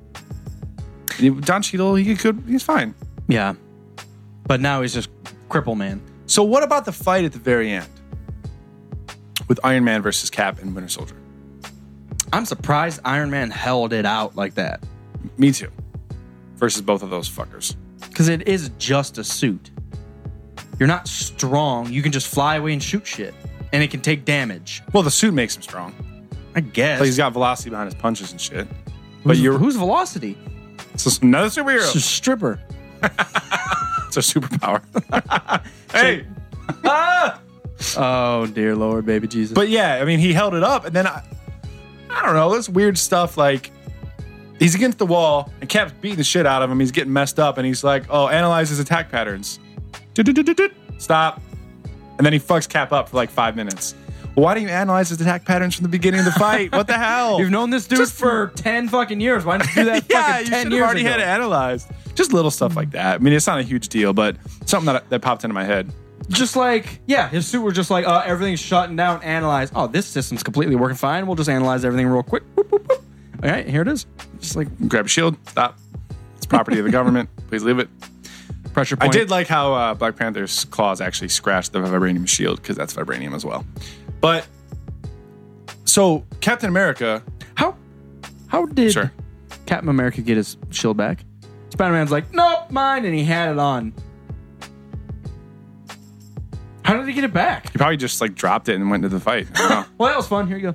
I: And he- Don Cheadle, he could. He's fine.
H: yeah. But now he's just cripple man.
I: So what about the fight at the very end with Iron Man versus Cap and Winter Soldier?
H: I'm surprised Iron Man held it out like that
I: Me too. Versus both of those fuckers.
H: because it is just a suit. You're not strong. You can just fly away and shoot shit, and it can take damage.
I: Well, the suit makes him strong.
H: I guess.
I: Like he's got velocity behind his punches and shit.
H: but
I: But
H: you're
I: you're
H: who's Velocity?
I: so another superhero.
H: It's a stripper.
I: It's a
H: [LAUGHS]
I: superpower. hey,
H: Oh dear Lord, baby Jesus.
I: but yeah, I mean, he held it up, and then I, I don't know. It's weird stuff. Like he's against the wall, and Cap's beating the shit out of him. He's getting messed up, and he's like, "Oh, analyze his attack patterns." Doot-doot-doot-doot. Stop. And then he fucks Cap up for like five minutes. Why do you analyze his attack patterns from the beginning of the fight? What the hell?
H: [LAUGHS] you've known this dude
I: Just-
H: for ten fucking years. Why didn't you do [LAUGHS] that
I: [LAUGHS] yeah,
H: fucking
I: you
H: ten
I: should
H: years
I: have already
H: ago?
I: had it analyzed. Just little stuff like that. I mean, it's not a huge deal, but something that, that popped into my head.
H: Just like yeah, his suit was just like uh, everything's shutting down. Analyze. Oh, this system's completely working fine. We'll just analyze everything real quick. Boop, boop, boop. All right, here it is. Just like
I: Grab a shield. Stop. It's property of the government. Please leave it.
H: pressure point.
I: I did like how uh, Black Panther's claws actually scratched the vibranium shield because that's vibranium as well. But so Captain America,
H: How how did
I: Sure.
H: Captain America get his shield back? Spider Man's like, nope, mine, and he had it on. How did he get it back?
I: he probably just like dropped it and went into the fight. I don't know.
H: Well, that was fun. Here you go.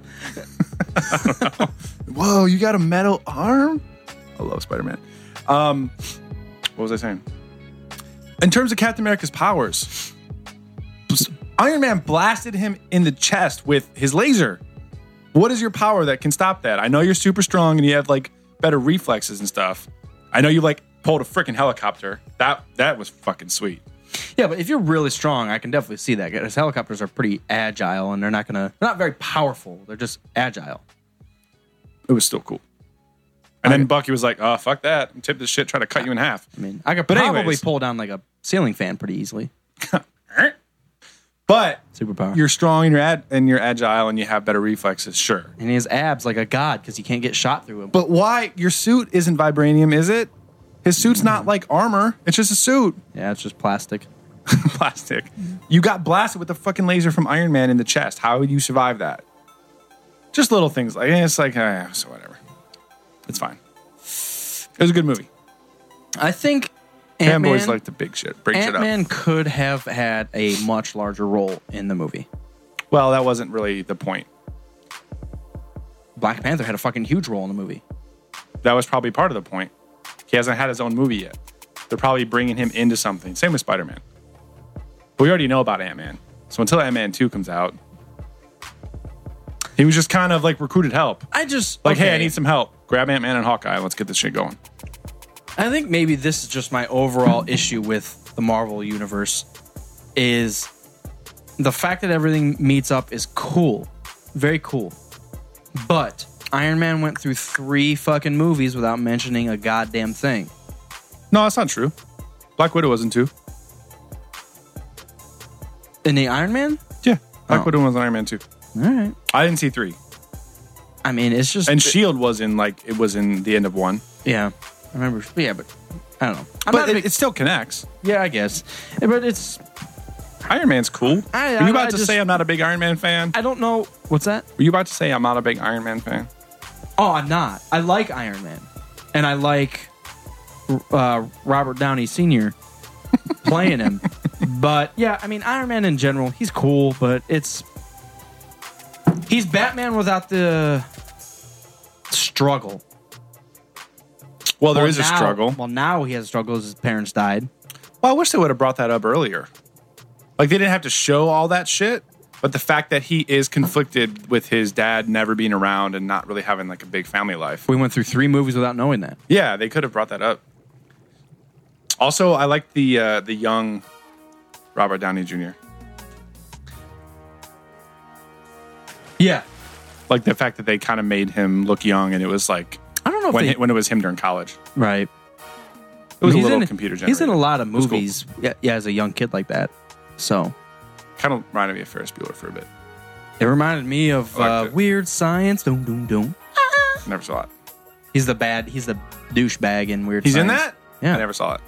I: Whoa, you got a metal arm? I love Spider Man. Um, what was I saying? In terms of Captain America's powers, Iron Man blasted him in the chest with his laser. What is your power that can stop that? I know you're super strong and you have like better reflexes and stuff. I know you like pulled a freaking helicopter. That that was fucking sweet.
H: Yeah, but if you're really strong, I can definitely see that. Because helicopters are pretty agile, and they're not gonna, they're not very powerful. They're just agile.
I: It was still cool. And then Bucky was like, "Oh fuck that! Tip this shit. Try to cut you in half."
H: I mean, I could
I: But
H: probably
I: anyways.
H: pull down like a ceiling fan pretty easily.
I: But
H: Superpower.
I: you're strong and you're ad- and you're agile and you have better reflexes, sure.
H: and his abs like a god because he can't get shot through him.
I: But why your suit isn't vibranium, is it? His suit's not like armor. It's just a suit, [LAUGHS]
H: yeah, it's just plastic.
I: plastic. You got blasted with a fucking laser from Iron Man in the chest. How would you survive that? Just little things like eh, it's like eh, so whatever. It's fine. It was a good movie.
H: I think Ant
I: Fanboys
H: Man
I: like the big shit, break shit
H: Ant Man
I: up.
H: could have had a much larger role in the movie.
I: Well, that wasn't really the point.
H: Black Panther had a fucking huge role in the movie.
I: That was probably part of the point. He hasn't had his own movie yet. They're probably bringing him into something. Same with Spider Man. But we already know about Ant Man. So until Ant Man 2 comes out, he was just kind of like recruited help.
H: I just
I: Like, hey,
H: okay.
I: I need some help. Grab Ant Man and Hawkeye. Let's get this shit going.
H: I think maybe this is just my overall issue with the Marvel universe is the fact that everything meets up is cool. Very cool. But Iron Man went through three fucking movies without mentioning a goddamn thing.
I: No, that's not true. Black Widow wasn't too.
H: In the Iron Man?
I: Yeah. Black
H: Oh.
I: Widow was on Iron Man 2.
H: All right.
I: I didn't see three.
H: I mean, it's just
I: And S.H.I.E.L.D. E was in like, it was in the end of one.
H: yeah. I remember. Yeah, but I don't know. I'm
I: but
H: not a
I: it,
H: big-
I: it still connects.
H: yeah, I guess. But it's
I: Iron Man's cool.
H: I-
I: Were
H: I-
I: you about
H: I
I: to
H: just-
I: say I'm not a big Iron Man fan?
H: I don't know what's that.
I: Were you about to say I'm not a big Iron Man fan?
H: Oh, I'm not. I like Iron Man, and I like uh, Robert Downey Sr. playing him. But yeah, I mean Iron Man in general, he's cool, but it's he's Batman without the struggle.
I: Well, there
H: Well,
I: is
H: now-
I: a struggle.
H: Well, now he has struggles. His parents died.
I: Well, I wish they would have brought that up earlier. Like they didn't have to show all that shit, but the fact that he is conflicted with his dad never being around and not really having like a big family life.
H: We went through three movies without knowing that.
I: Yeah, they could have brought that up. Also, I like the uh, the young Robert Downey Jr.
H: Yeah.
I: Like the fact that they kind of made him look young, and it was like
H: I don't know if
I: when
H: they,
I: it, when it was him during college.
H: right.
I: It was a
H: He's
I: little
H: in,
I: computer generated.
H: He's in a lot of
I: It was cool.
H: movies. Yeah, yeah, as a young kid like that. So
I: Kind of reminded me of Ferris Bueller for a bit.
H: it reminded me of
I: I liked
H: uh,
I: it.
H: Weird Science. Dum dum dum.
I: Never saw it.
H: He's the bad. He's the douchebag in Weird.
I: He's in
H: Science.
I: that?
H: Yeah.
I: I never saw it.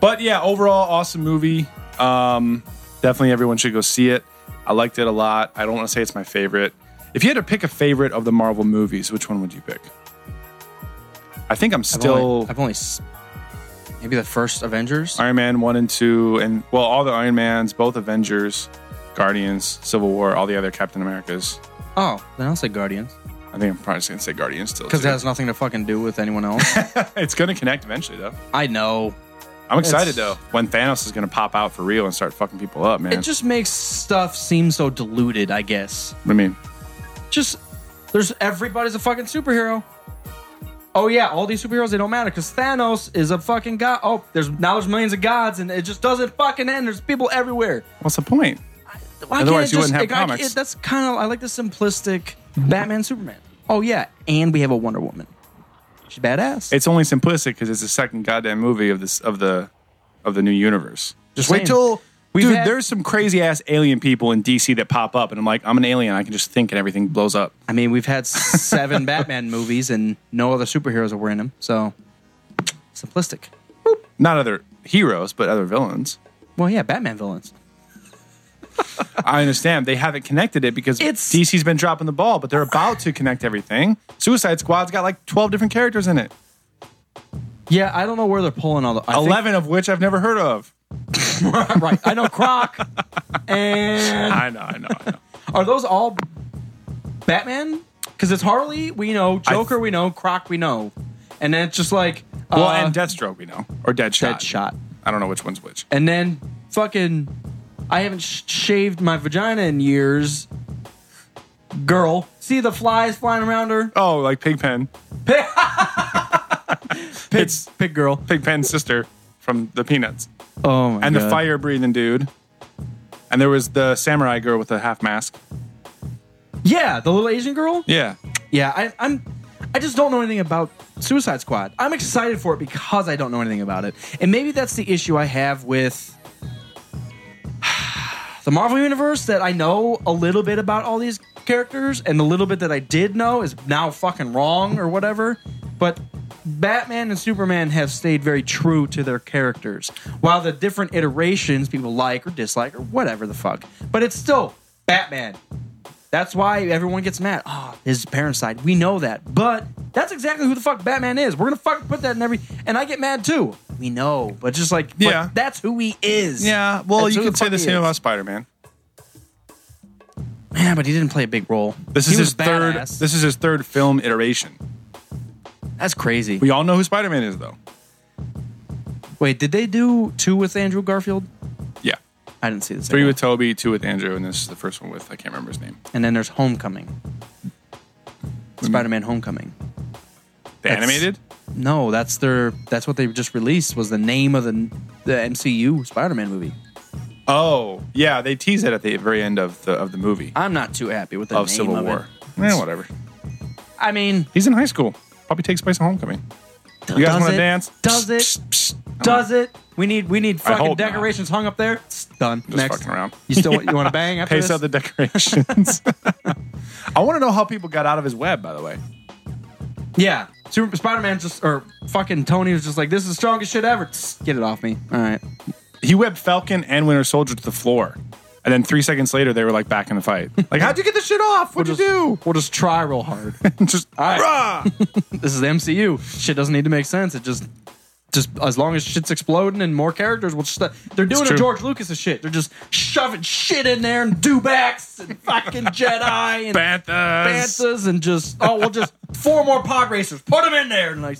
I: But yeah, overall, awesome movie. Um, definitely everyone should go see it. I liked it a lot. I don't want to say it's my favorite. If you had to pick a favorite of the Marvel movies, which one would you pick? I think I'm
H: I've
I: still
H: only, I've only s- maybe the first Avengers.
I: Iron Man 1 and 2, and well, all the Iron Mans, both Avengers, Guardians, Civil War, all the other Captain Americas.
H: Oh, then I'll say Guardians
I: I think I'm probably just going to say Guardians still.
H: because
I: too.
H: it has nothing to fucking do with anyone else.
I: [LAUGHS] it's going to connect eventually, though.
H: I know.
I: I'm excited,
H: It's-
I: though, when Thanos is going to pop out for real and start fucking people up, man.
H: It just makes stuff seem so diluted. I guess.
I: what do you mean?
H: just there's everybody's a fucking superhero. Oh yeah, all these superheroes they don't matter because Thanos is a fucking god. Oh, there's now there's millions of gods and it just doesn't fucking end. There's people everywhere.
I: What's the point?
H: Why
I: Otherwise,
H: it
I: you wouldn't have
H: I- I-
I: comics. Mm-hmm.
H: it- that's kind of I like the simplistic Batman Superman. Oh yeah, and we have a Wonder Woman. She's badass.
I: It's only simplistic because it's the second goddamn movie of this of the of the new universe. Just
H: Same.
I: wait till
H: We've
I: dude.
H: had-
I: there's some crazy ass alien people in DC that pop up, and I'm like, I'm an alien. I can just think, and everything blows up.
H: I mean, we've
I: [LAUGHS]
H: had seven Batman movies and no other superheroes were in them. So simplistic.
I: Not other heroes, but other
H: [LAUGHS]
I: villains.
H: Well, yeah, Batman villains.
I: I understand they haven't connected it because
H: It's-
I: DC's been dropping the ball, but they're about to connect everything. Suicide Squad's got like 12 different characters in it,
H: Yeah, I don't know where they're pulling all the. I think-
I: 11 of which I've never heard of.
H: [LAUGHS] right. I know Croc.
I: [LAUGHS]
H: and
I: I know, I know, I know.
H: are those all Batman? Because it's Harley, we know.
I: I-
H: Joker, we know. Croc, we know. And then it's just like uh,
I: Well, and Deathstroke we know, or Deadshot.
H: Deadshot.
I: I don't know which one's which.
H: And then fucking, I haven't sh- shaved my vagina in years. Girl, see the flies flying around her.
I: Oh, like Pigpen.
H: Pig,
I: It's-
H: pig girl.
I: Pigpen's sister from the Peanuts,
H: Oh my
I: and
H: god.
I: the fire breathing dude, and there was the samurai girl with the half mask.
H: Yeah, the little Asian girl.
I: Yeah,
H: Yeah, I, I'm. I just don't know anything about Suicide Squad. I'm excited for it because I don't know anything about it, and maybe that's the issue I have with the Marvel Universe. That I know a little bit about all these characters, and the little bit that I did know is now fucking wrong or whatever. But Batman and Superman have stayed very true to their characters, while the different iterations people like or dislike or whatever the fuck. But it's still Batman. That's why everyone gets mad. Ah, his parents died. We know that. But that's exactly who the fuck Batman is. We're gonna fucking put that in every and I get mad too. We know. But just like but
I: Yeah.
H: that's who he is.
I: yeah. Well,
H: That's
I: you
H: who
I: could say
H: fuck
I: the
H: he
I: same
H: is.
I: about Spider Man.
H: Yeah, but he didn't play a big role.
I: This
H: He
I: is
H: was
I: his third.
H: badass.
I: This is his third film iteration.
H: that's crazy.
I: We all know who Spider Man is, though.
H: Wait, did they do two with Andrew Garfield?
I: Yeah,
H: I didn't see this.
I: three with Toby, two with Andrew, and this is the first one with I can't remember his name.
H: and then there's Homecoming. Spider Man Homecoming.
I: The
H: That's-
I: animated.
H: No, that's their that's what they just released was the name of the the MCU Spider Man movie.
I: Oh, yeah. They tease it at the very end of the of the movie
H: I'm not too happy with the
I: of
H: name
I: Civil
H: of
I: War.
H: it.
I: Yeah, whatever.
H: I mean,
I: He's in high school. Probably takes place at homecoming. You guys
H: Does
I: want to
H: it?
I: dance?
H: Does it? Does it? We need we need fucking
I: hope not.
H: decorations hung up there. It's done.
I: Just
H: Next.
I: fucking around.
H: You still you want
I: [LAUGHS]
H: to bang after
I: Pace
H: this?
I: out the decorations. [LAUGHS] I want to know how people got out of his web, by the way.
H: yeah. Super Spider Man just or fucking Tony was just like this is the strongest shit ever. Tss, Get it off me. All right.
I: He webbed Falcon and Winter Soldier to the floor. And then three seconds later, they were like back in the
H: [LAUGHS]
I: fight. Like, how'd you get this shit off? What'd
H: We'll
I: you
H: We'll just try real hard. [LAUGHS]
I: do? Just, rah!
H: this is the MCU. Shit doesn't need to make sense. It just just as long as shit's exploding and more characters will just they're doing
I: It's
H: a
I: true.
H: George Lucas shit. They're just shoving shit in there and dewbacks and
I: [LAUGHS]
H: fucking Jedi and
I: Banthas.
H: Banthas and just oh we'll just [LAUGHS] four more pod racers put them in there and like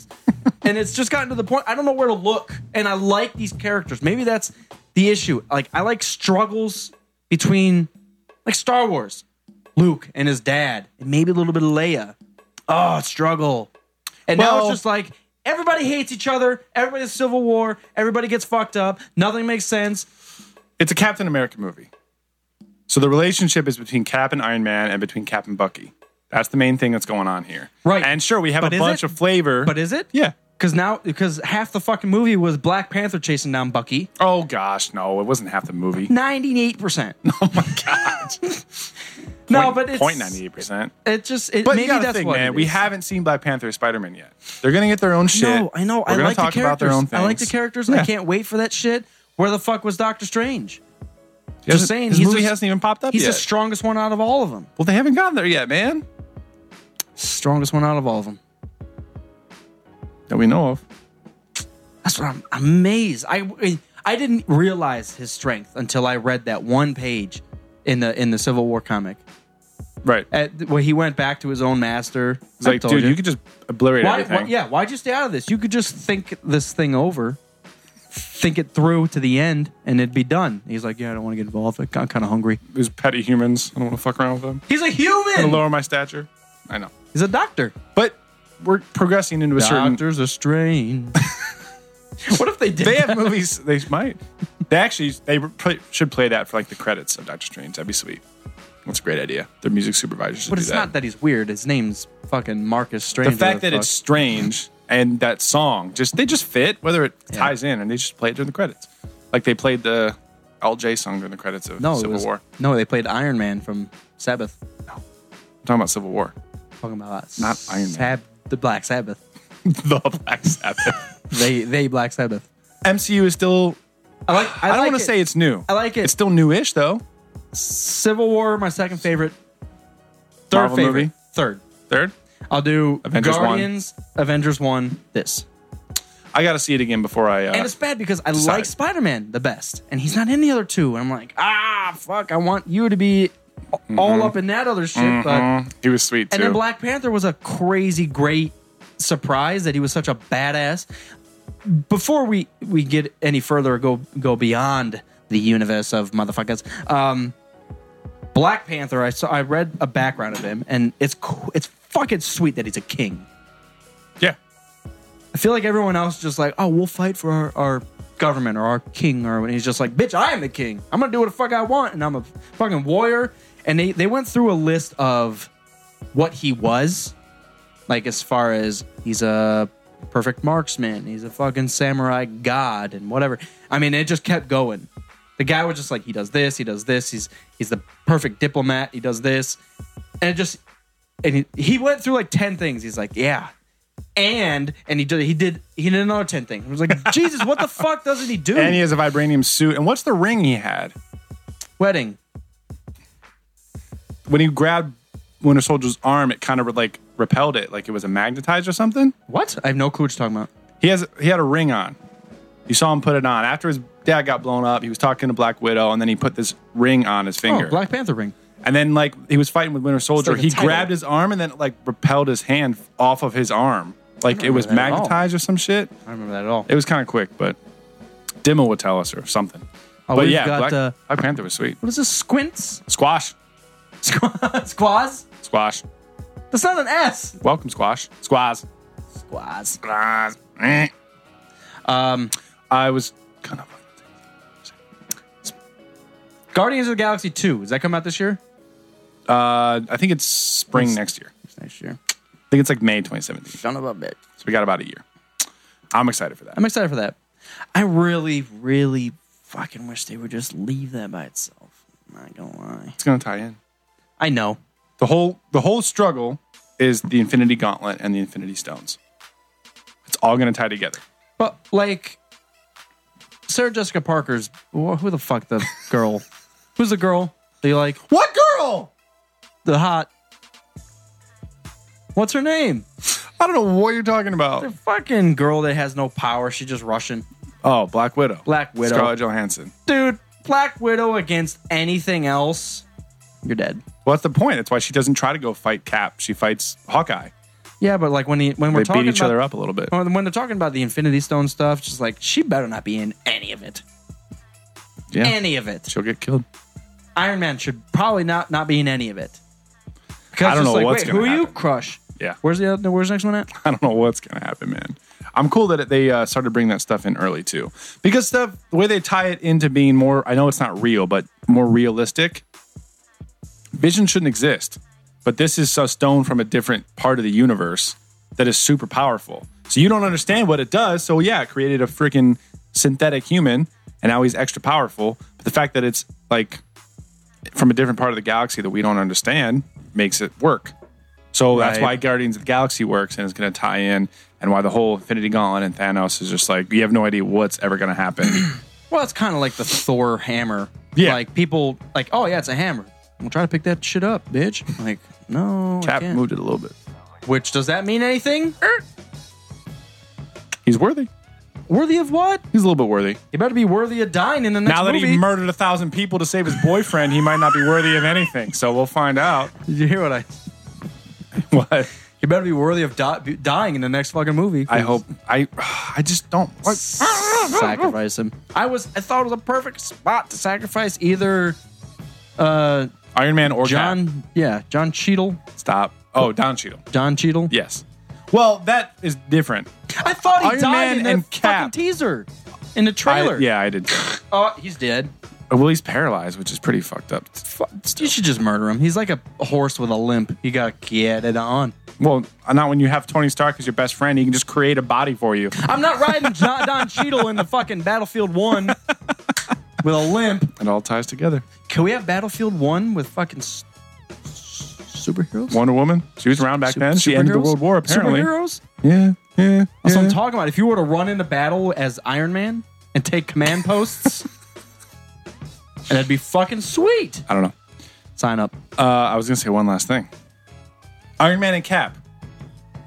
H: and it's just gotten to the point i don't know where to look and i like these characters maybe that's the issue like i like struggles between like star wars luke and his dad and maybe a little bit of leia oh struggle and now
I: Well-
H: it's just like Everybody hates each other. Everybody's civil war. Everybody gets fucked up. Nothing makes sense.
I: It's a Captain America movie. So the relationship is between Cap and Iron Man and between Cap and Bucky. That's the main thing that's going on here.
H: Right.
I: And sure, we have
H: But
I: a
H: is
I: bunch
H: it?
I: of flavor.
H: But is it?
I: Yeah.
H: Because now, because half the fucking movie was Black Panther chasing down Bucky.
I: Oh gosh, no, it wasn't half the movie. [LAUGHS]
H: Ninety-eight percent. Oh my [LAUGHS] god. no, but it's
I: point ninety eight percent.
H: It just it,
I: But
H: maybe
I: you gotta
H: that's
I: think,
H: what
I: man.
H: it
I: We
H: is.
I: haven't seen Black Panther or Spider Man yet. They're gonna get their own shit.
H: No, I know.
I: We're
H: I
I: gonna
H: like
I: talk
H: the characters.
I: about their own
H: I like the
I: things.
H: characters.
I: Yeah.
H: I can't wait for that shit. Where the fuck was Doctor Strange?
I: He
H: Just
I: hasn't-
H: saying,
I: His
H: he's
I: movie
H: a-
I: hasn't even popped up
H: He's
I: yet.
H: the strongest one out of all of them.
I: well, they haven't gotten there yet, man.
H: Strongest one out of all of them.
I: That we know of.
H: That's what I'm amazed. I I didn't realize his strength until I read that one page in the in the Civil War comic.
I: Right.
H: At, where he went back to his own master.
I: It's
H: I
I: like,
H: Eh, told
I: dude, you. could just obliterate
H: why,
I: everything.
H: why, yeah, why'd you stay out of this? You could just think this thing over, think it through to the end, and it'd be done. He's like, yeah, I don't want to get involved. I'm kind of hungry.
I: These petty humans. I don't want to fuck around with them.
H: He's a
I: I'm
H: human.
I: gonna lower my stature. I know.
H: He's a doctor.
I: But we're progressing into a certain.
H: Doctors
I: [LAUGHS]
H: are strange. what if they did?
I: They
H: that?
I: have movies. They might. They actually they pl- should play that for like the credits of Doctor Strange. That'd be sweet. That's a great idea. Their music supervisors should
H: but
I: do
H: it's
I: that.
H: not that he's weird. His name's fucking Marcus Strange.
I: the fact that
H: whatever
I: it's strange and that song just they just fit whether it ties in and they just play it during the credits like they played the lj song during the credits of
H: the fuck. no it
I: civil
H: was-
I: war
H: No, they played Iron Man from Sabbath.
I: i'm talking about civil war [LAUGHS]
H: Talking about that.
I: Not Iron Man.
H: Sab- the Black Sabbath.
I: the black sabbath
H: They they Black Sabbath.
I: mcu is still
H: I like.
I: i,
H: I,
I: don't
H: like
I: want
H: it.
I: to say it's new
H: I like it.
I: it's still newish though
H: Civil War, my second favorite. Third
I: Marvel
H: favorite.
I: movie?
H: Third.
I: third
H: I'll do
I: Avengers one.
H: Guardians, Avengers One, this.
I: i gotta see it again before i uh,
H: And it's bad because I
I: Decide.
H: like Spider Man the best, and he's not in the other two. And I'm like, ah, fuck, I want you to be
I: Mm-hmm.
H: all up in that other shit. But
I: Mm, he was sweet too
H: and then Black Panther was a crazy great surprise that he was such a badass. Before we we get any further, go go beyond the universe of motherfuckers. Um, Black Panther. I saw. I read a background of him, and it's co- it's fucking sweet that he's a king.
I: yeah
H: I feel like everyone else is just like, oh, we'll fight for our, our government or our king or and he's just like, bitch, I am the king. I'm gonna do what the fuck I want, and I'm a fucking warrior. And they, they went through a list of what he was. Like as far as he's a perfect marksman, he's a fucking samurai god and whatever. I mean, it just kept going. The guy was just like, he does this, he does this, he's he's the perfect diplomat, he does this. And it just and he, he went through like ten things. He's like, Yeah, and and he did he did he did another ten thing. I
I: [LAUGHS]
H: was like, Jesus, what the fuck doesn't he do?
I: and he has a vibranium suit and what's the ring he had
H: Wedding.
I: when he grabbed winter soldier's arm it kind of like repelled it like it was a magnetized or something
H: What? I have no clue what you're talking about.
I: He has he had a ring on. You saw him put it on after his dad got blown up. He was talking to Black Widow, and then he put this ring on his finger.
H: Oh, Black Panther ring.
I: and then like he was fighting with Winter Soldier,
H: like a
I: he
H: title.
I: grabbed his arm and then it, like repelled his hand off of his arm, like it was
H: remember that at all.
I: magnetized or some shit.
H: I don't remember that at all.
I: It was kind of quick, but Dima would tell us or something.
H: Oh,
I: but
H: we've
I: yeah,
H: got,
I: Black,
H: uh,
I: Black Panther was sweet.
H: What is this? Squints?
I: Squash,
H: [LAUGHS] Squaz?
I: squash,
H: That's not an S.
I: welcome squash, squaz.
H: Squaz.
I: Squaz. Eh.
H: Um,
I: I was kind of.
H: Guardians of the Galaxy 2. Does that come out this year?
I: Uh, I think it's spring next year.
H: It's next year.
I: I think it's like May 2017.
H: Son of a bitch.
I: So we got about a year. I'm excited for that.
H: I'm excited for that. I really, really fucking wish they would just leave that by itself. I'm not gonna lie.
I: It's going to tie in.
H: I know.
I: The whole the whole struggle is the Infinity Gauntlet and the Infinity Stones. It's all going to tie together.
H: But like Sarah Jessica Parker's wh- who the fuck [LAUGHS] the girl? Who's the girl? They like
I: What girl?
H: the hot. What's her name?
I: I don't know what you're talking about.
H: The fucking girl that has no power. She's just Russian.
I: Oh, Black Widow.
H: Black Widow.
I: Scarlett Johansson.
H: Dude, Black Widow against anything else, you're dead.
I: Well, that's the point. That's why she doesn't try to go fight Cap. She fights Hawkeye.
H: Yeah, but like when he, when we're
I: They
H: talking
I: beat each
H: about,
I: other up a little bit.
H: When when they're talking about the Infinity Stone stuff, just like she better not be in any of it.
I: Yeah.
H: Any of it.
I: She'll get killed. [LAUGHS]
H: Iron Man should probably not not be in any of it. Because
I: I don't
H: it's
I: know what's
H: wait,
I: gonna
H: who you
I: happen.
H: crush?
I: Yeah.
H: Where's the other, where's the next one at?
I: I don't know what's going to happen, man. I'm cool that they uh, started bringing that stuff in early too, because stuff the way they tie it into being more. I know it's not real, but more realistic. Vision shouldn't exist, but this is a stone from a different part of the universe that is super powerful. So you don't understand what it does. So yeah, it created a freaking synthetic human, and now he's extra powerful. But the fact that it's like from a different part of the galaxy that we don't understand makes it work. So that's
H: Right.
I: why Guardians of the Galaxy works and it's going to tie in, and why the whole Infinity Gauntlet and Thanos is just like you have no idea what's ever going to happen.
H: [CLEARS THROAT] Well, it's kind of like the Thor hammer.
I: Yeah.
H: Like people, like, oh yeah, it's a hammer. We'll try to pick that shit up, bitch. Like, no, I
I: Cap
H: can't.
I: moved it a little bit.
H: Which does that mean anything? Er,
I: He's worthy.
H: worthy of what?
I: He's a little bit worthy.
H: You better be worthy of dying in the next
I: now that
H: movie.
I: he murdered a thousand people to save his boyfriend, he might not be worthy of anything. So we'll find
H: [LAUGHS]
I: out.
H: Did you hear what I?
I: What
H: You better be worthy of di- be- dying in the next fucking movie.
I: I hope I [SIGHS] I just don't. What?
H: sacrifice him. I was. I thought it was a perfect spot to sacrifice either uh,
I: Iron Man or Cap.
H: John. Yeah, John Cheadle.
I: Stop. Oh, Don Cheadle.
H: John Cheadle.
I: Yes. Well, that is different.
H: I thought he
I: Iron
H: died
I: Man
H: in the
I: and
H: fucking
I: Cap.
H: teaser, in the
I: I-
H: trailer.
I: yeah, I did. Uh,
H: Oh, he's dead.
I: well, he's paralyzed, which is pretty fucked up.
H: You should just murder him. He's like a horse with a limp. You gotta get it on.
I: Well, not when you have Tony Stark as your best friend. He can just create a body for you.
H: I'm
I: [LAUGHS]
H: not riding John, Don Cheadle in the fucking Battlefield One with a limp.
I: It all ties together.
H: Can we have Battlefield One with fucking s- superheroes?
I: Wonder Woman. She was around back
H: Su-
I: then. She ended the
H: superheroes?
I: World War, apparently.
H: Superheroes.
I: Yeah, yeah.
H: That's what I'm
I: yeah.
H: talking about. If you were to run into battle as Iron Man and take command posts,
I: [LAUGHS]
H: and that'd be fucking sweet.
I: I don't know.
H: Sign up.
I: Uh, I was gonna say one last thing. Iron Man and Cap.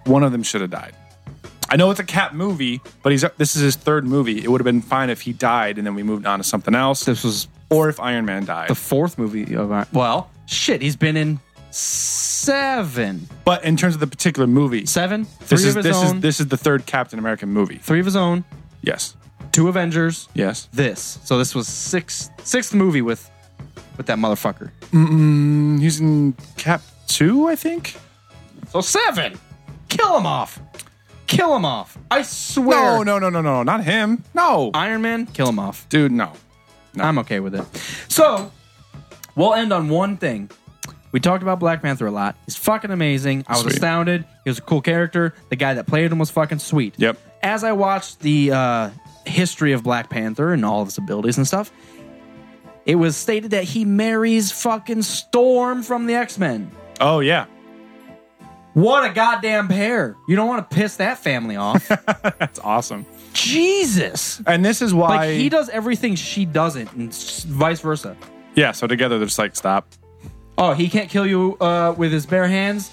I: One of them should have died. I know it's a Cap movie, but he's this is his third movie. It would have been fine if he died and then we moved on to something else,
H: This was
I: or if Iron Man died.
H: the fourth movie of Iron. Well, shit. He's been in seven.
I: but in terms of the particular movie,
H: Seven. Three
I: this is
H: of his
I: this
H: own.
I: is this is the third Captain America movie.
H: three of his own.
I: Yes,
H: Two Avengers.
I: yes.
H: This. So this was sixth sixth movie with with that motherfucker.
I: He's in Cap two, I think.
H: So seven. Kill him off. Kill him off. I swear.
I: No, no, no, no, no, not him. No,
H: Iron Man. Kill him off.
I: dude, no.
H: I'm okay with it. So, we'll end on one thing. We talked about Black Panther a lot. He's fucking amazing. I was
I: Sweet.
H: astounded. He was a cool character. The guy that played him was fucking sweet.
I: Yep.
H: As I watched the uh, history of Black Panther and all of his abilities and stuff, it was stated that he marries fucking Storm from the X Men.
I: Oh yeah,
H: What a goddamn pair. You don't want to piss that family off.
I: [LAUGHS] that's awesome.
H: Jesus.
I: And this is why.
H: Like, he does everything she doesn't, and s- vice versa.
I: yeah, so together they're just like, stop.
H: Oh, he can't kill you uh, with his bare hands.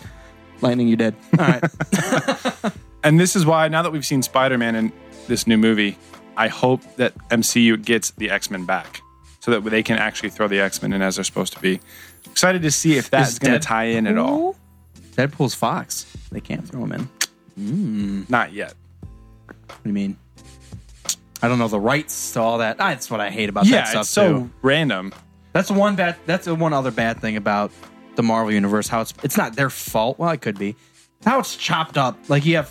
H: Lightning, you dead. All [LAUGHS] right.
I: And this is why now that we've seen Spider Man in this new movie, I hope that MCU gets the X Men back so that they can actually throw the X Men in as they're supposed to be. Excited to see if that's
H: Is
I: going to
H: Deadpool-
I: tie in at all.
H: Deadpool's Fox. They can't throw him in. What
I: Not yet.
H: do you mean? I don't know the rights to all that. Ah, That's what I hate about that
I: Yeah,
H: stuff
I: it's so
H: too.
I: random.
H: That's one bad. That's the one other bad thing about the Marvel universe. How it's it's not their fault. Well, it could be. How it's chopped up. Like you have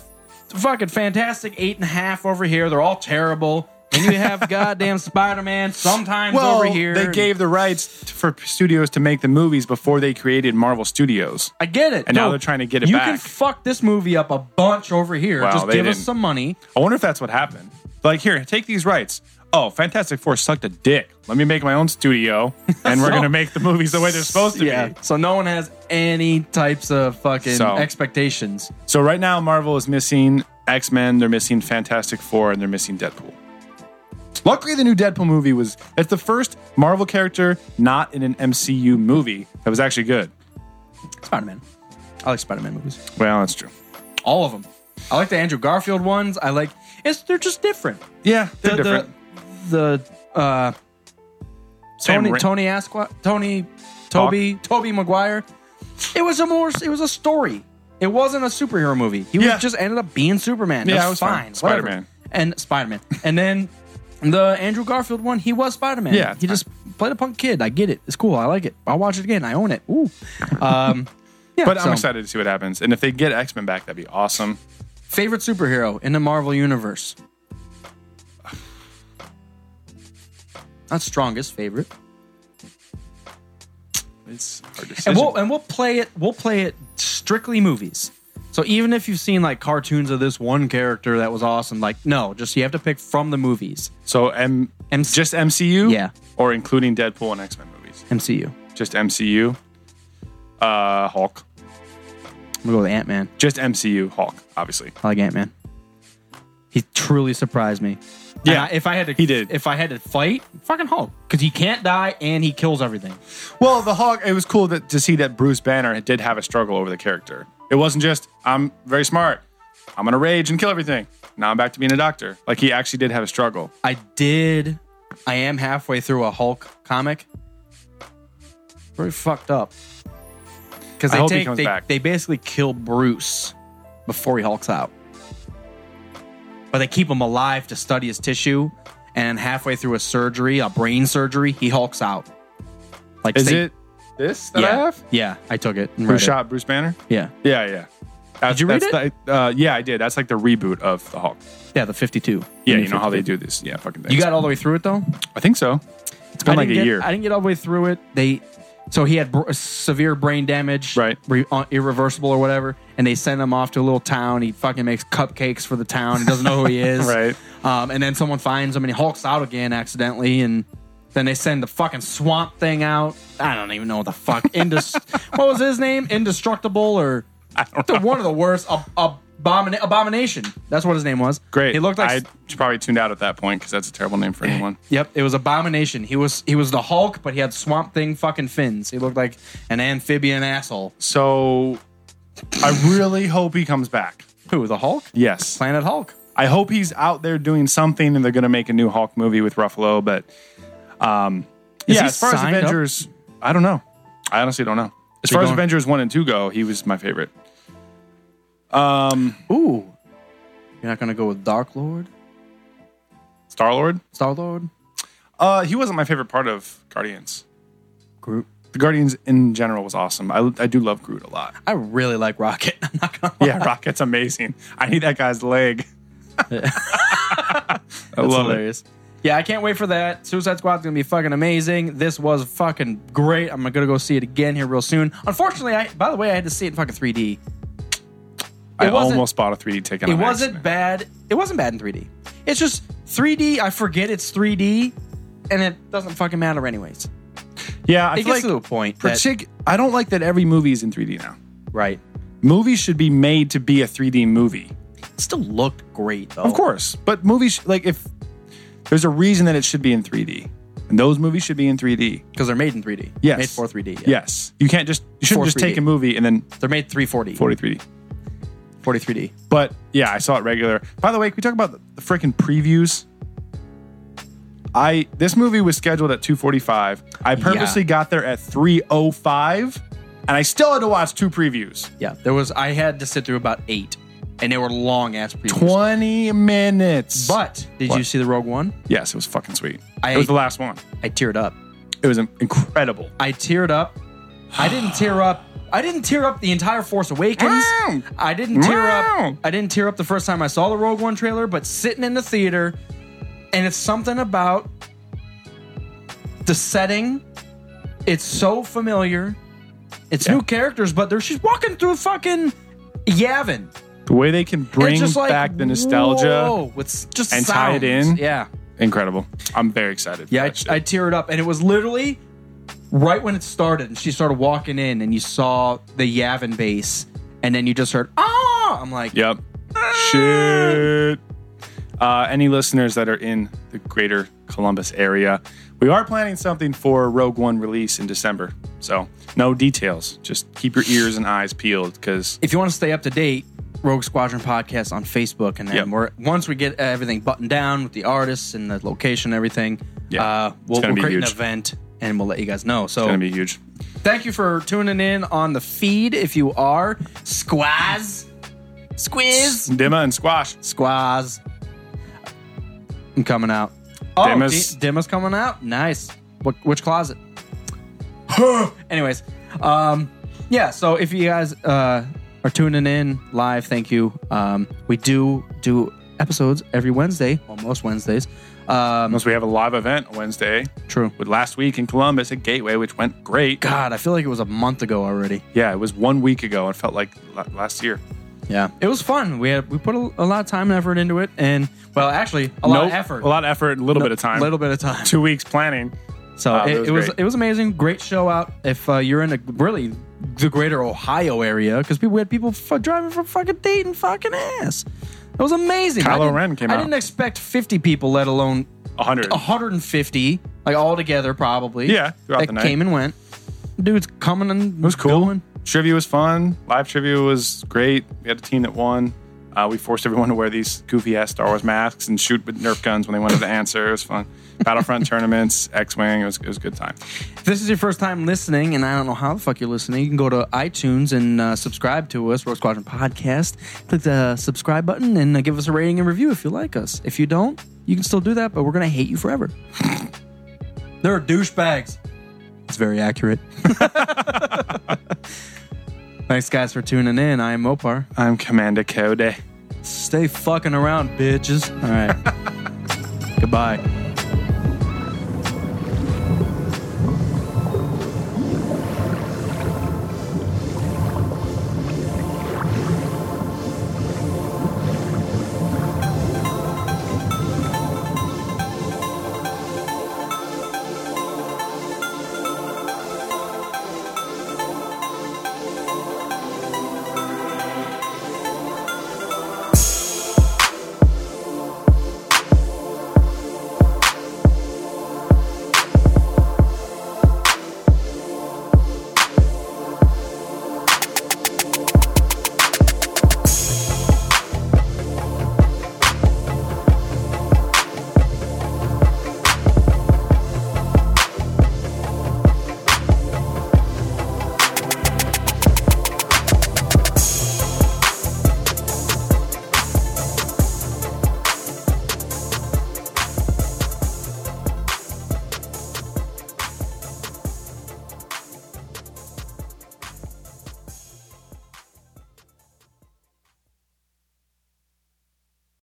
H: fucking fantastic eight and a half over here. They're all terrible. And you [LAUGHS] have goddamn Spider Man sometimes over here.
I: they gave the rights t- for studios to make the movies before they created Marvel Studios.
H: I get it.
I: And now they're trying to get it
H: you
I: back.
H: You can fuck this movie up a bunch over here.
I: Wow,
H: Just
I: they
H: give us
I: didn't.
H: some money.
I: I wonder if that's what happened. Like, here, take these rights. Oh, Fantastic Four sucked a dick. Let me make my own studio, and we're
H: So-
I: going
H: [LAUGHS]
I: to make the movies the way they're supposed to be.
H: So no one has any types of fucking
I: So-
H: expectations.
I: So right now, Marvel is missing X Men, they're missing Fantastic Four, and they're missing Deadpool. Luckily, the new Deadpool movie was that's the first Marvel character not in an MCU movie that was actually good.
H: Spider Man. I like Spider Man movies.
I: Well, that's true.
H: All of them. I like the Andrew Garfield ones. I like. It's they're just different.
I: Yeah, they're
H: The- the-
I: different.
H: The, uh,
I: Sam
H: Tony
I: Ra-
H: Tony Asqua Tony Toby Toby Maguire. It was a more. It was a story. It wasn't a superhero movie. He
I: Yeah.
H: was, just ended up being Superman.
I: Yeah,
H: That's
I: it was fine.
H: fine. whatever.
I: Spider-Man.
H: and Spider Man, and then the Andrew Garfield one. He was Spider Man.
I: Yeah, it's
H: he just played a punk kid. I get it. It's cool. I like it. I'll watch it again. I own it. Ooh. Um, yeah,
I: but [LAUGHS]
H: so-
I: I'm excited to see what happens. And if they get X Men back, that'd be awesome.
H: Favorite superhero in the Marvel universe? Not strongest favorite.
I: It's hard
H: and
I: decision.
H: we'll and we'll play it. We'll play it strictly movies. So even if you've seen like cartoons of this one character that was awesome, like no, just you have to pick from the movies.
I: so M-
H: MC
I: just MCU,
H: Yeah.
I: or including Deadpool and X Men movies.
H: MCU.
I: Just MCU. Uh, Hulk.
H: I'm gonna go with Ant Man.
I: Just MCU Hulk, obviously.
H: I like Ant Man. He truly surprised me.
I: Yeah,
H: And I- if I had to,
I: he did.
H: If I had to fight, fucking Hulk, because he can't die and he kills everything.
I: Well, the Hulk. It was cool that, to see that Bruce Banner did have a struggle over the character. It wasn't just I'm very smart. I'm gonna rage and kill everything. Now I'm back to being a doctor. Like he actually did have a struggle.
H: I did. I am halfway through a Hulk comic. Pretty fucked up. Because
I: I
H: they
I: hope he
H: take
I: comes
H: they,
I: back.
H: they basically kill Bruce before he hulks out, but they keep him alive to study his tissue. And halfway through a surgery, a brain surgery, he hulks out. Like
I: Is
H: say-
I: it this that
H: Yeah,
I: I have?
H: yeah. I took it. and
I: Who
H: read it.
I: shot Bruce Banner?
H: Yeah,
I: Yeah, yeah. That's,
H: Did you read
I: that's The, uh, yeah, I did. That's like the reboot of the Hulk.
H: yeah. The fifty-two.
I: Yeah,
H: Give me
I: you know how they
H: 52.
I: do this. Yeah, fucking. Things.
H: You got all the way through it though.
I: I think so. It's been
H: I
I: like a
H: didn't get,
I: year.
H: I didn't get all the way through it. They so he had br- uh, severe brain damage,
I: Right.
H: re- uh, irreversible or whatever, and they send him off to a little town. He fucking makes cupcakes for the town. He doesn't know who
I: [LAUGHS]
H: he is,
I: Right.
H: Um, and then someone finds him, and he hulks out again accidentally, and then they send the fucking swamp thing out. I don't even know what
I: [LAUGHS]
H: the fuck. Indus, what was his name? Indestructible or the one of the worst. Ab- abomina- abomination. That's what his name was.
I: Great.
H: He looked like
I: I probably tuned out at that point because that's a terrible name for
H: [LAUGHS]
I: anyone.
H: Yep, it was abomination. He was he was the Hulk, but he had Swamp Thing fucking fins. He looked like an amphibian asshole.
I: So I really hope he comes back.
H: Who the Hulk?
I: Yes.
H: Planet Hulk.
I: I hope he's out there doing something and they're going to make a new Hulk movie with Ruffalo. But um, yeah,
H: he
I: as far as
H: signed up?
I: Avengers, I don't know. I honestly don't know. As
H: he
I: far as
H: going-
I: Avengers 1 and 2 go, he was my favorite.
H: Ooh, you're not gonna go with Dark Lord,
I: Star Lord?
H: Star Lord,
I: Uh, he wasn't my favorite part of Guardians.
H: Groot.
I: The Guardians in general was awesome. I, I do love Groot a
H: [LAUGHS]
I: lot.
H: I really like Rocket. [LAUGHS] I'm not gonna.
I: Yeah, Rocket's amazing. I need that guy's leg. I
H: That's
I: love
H: hilarious. Yeah, I can't wait for that. Suicide Squad's gonna be fucking amazing. This was fucking great. I'm gonna go see it again here real soon. Unfortunately, I by the way, I had to see it in fucking 3D.
I: it. I
H: It wasn't-
I: almost bought a 3D ticket.
H: It
I: on
H: wasn't
I: accident.
H: bad. It wasn't bad in 3D. It's just 3D. I forget it's 3D, and it doesn't fucking matter anyways.
I: Yeah, I
H: it
I: feel
H: gets
I: like
H: to a point. that-
I: partic- I don't like that every movie is in 3D now.
H: right.
I: Movies should be made to be a 3D movie.
H: It still looked great though.
I: Of course. But movies like if there's a reason that it should be in 3D. And those movies should be in 3D.
H: because they're made in 3D.
I: Yes.
H: made for 3D. Yeah.
I: Yes. You can't just you shouldn't
H: For
I: just
H: 3D.
I: take a movie and then
H: they're made 340,
I: 43D.
H: 43D.
I: But yeah, I saw it regular. By the way, can we talk about the, the freaking previews? I this movie was scheduled at 2:45. I purposely got there at 3:05 and I still had to watch two previews.
H: Yeah, there was. I had to sit through about eight, and they were long ass previews.
I: 20 minutes.
H: But did you
I: What?
H: see the Rogue One?
I: yes, it was fucking sweet.
H: I-
I: it was the last one.
H: I teared up.
I: It was in- incredible.
H: I teared up. I didn't
I: [SIGHS]
H: tear up. I didn't tear up the entire Force Awakens.
I: Wow.
H: I didn't tear
I: Wow.
H: up. I didn't tear up the first time I saw the Rogue One trailer, but sitting in the theater, and it's something about the setting. It's so familiar. It's
I: Yeah.
H: new characters, but there she's walking through fucking Yavin.
I: The way they can bring
H: it's just like,
I: back the nostalgia,
H: whoa, it's just
I: and tie it
H: sounds.
I: in.
H: Yeah,
I: incredible. I'm very excited. for
H: yeah, I,
I: that shit.
H: I teared up, and it was literally right when it started, and she started walking in, and you saw the Yavin base, and then you just heard ah. I'm like, "Ah!"
I: yep. Shit. Uh, any listeners that are in the greater Columbus area, we are planning something for Rogue One release in December. So no details. Just keep your ears and eyes peeled because
H: if you want to stay up to date, Rogue Squadron podcast on Facebook, and then
I: Yep.
H: we're, once we get everything buttoned down with the artists and the location, and everything,
I: Yeah.
H: uh, we'll,
I: It's gonna
H: we'll
I: be
H: create
I: huge.
H: an event and we'll let you guys know.
I: it's
H: So
I: gonna be huge.
H: thank you for tuning in on the feed. If you are squaz, squiz,
I: Dimma and Squash.
H: squaz, I'm coming out. Oh,
I: Dimma's-
H: Di- Dimma's coming out. Nice. What, which closet?
I: [SIGHS]
H: Anyways, um, yeah. So if you guys uh, are tuning in live, thank you. Um, we do do episodes every Wednesday, well, most Wednesdays. Um,
I: Unless we have a live event Wednesday
H: true.
I: with last week in Columbus at Gateway, which went great.
H: God, I feel like it was a month ago already.
I: Yeah, it was one week ago. It felt like la- last year.
H: Yeah, it was fun. We had we put a, a lot of time and effort into it, and well, actually, a lot of
I: Nope.
H: effort,
I: A lot of effort, a little bit of time.
H: a little bit of time.
I: Two weeks planning.
H: So
I: Wow,
H: it,
I: that
H: it was
I: was
H: it was,
I: great.
H: amazing. Great show out. If uh, you're in a really the greater Ohio area, because people we had people f- driving from fucking Dayton, fucking ass. It was amazing. I
I: Kylo
H: didn't-
I: Ren came
H: I
I: out.
H: didn't expect 50 people, let alone
I: 100.
H: 150, like all together probably.
I: Yeah, throughout
H: that
I: the night.
H: came and went. Dude's coming and
I: It was cool.
H: Going.
I: Trivia was fun. Live trivia was great. We had a team that won. Uh, we forced everyone to wear these goofy ass Star Wars masks and shoot with Nerf guns when they wanted to answer. It was fun. Battlefront [LAUGHS] tournaments, X Wing. It was, it was a good time.
H: If this is your first time listening, and I don't know how the fuck you're listening, you can go to iTunes and uh, subscribe to us, Rogue Squadron Podcast. Click the subscribe button and uh, give us a rating and review if you like us. If you don't, you can still do that, but we're going to hate you forever. [LAUGHS] They're douchebags. It's very accurate. [LAUGHS] Thanks, guys, for tuning in. I am Mopar.
I: I'm Commander Cody.
H: [LAUGHS] Stay fucking around, bitches. All right. Goodbye.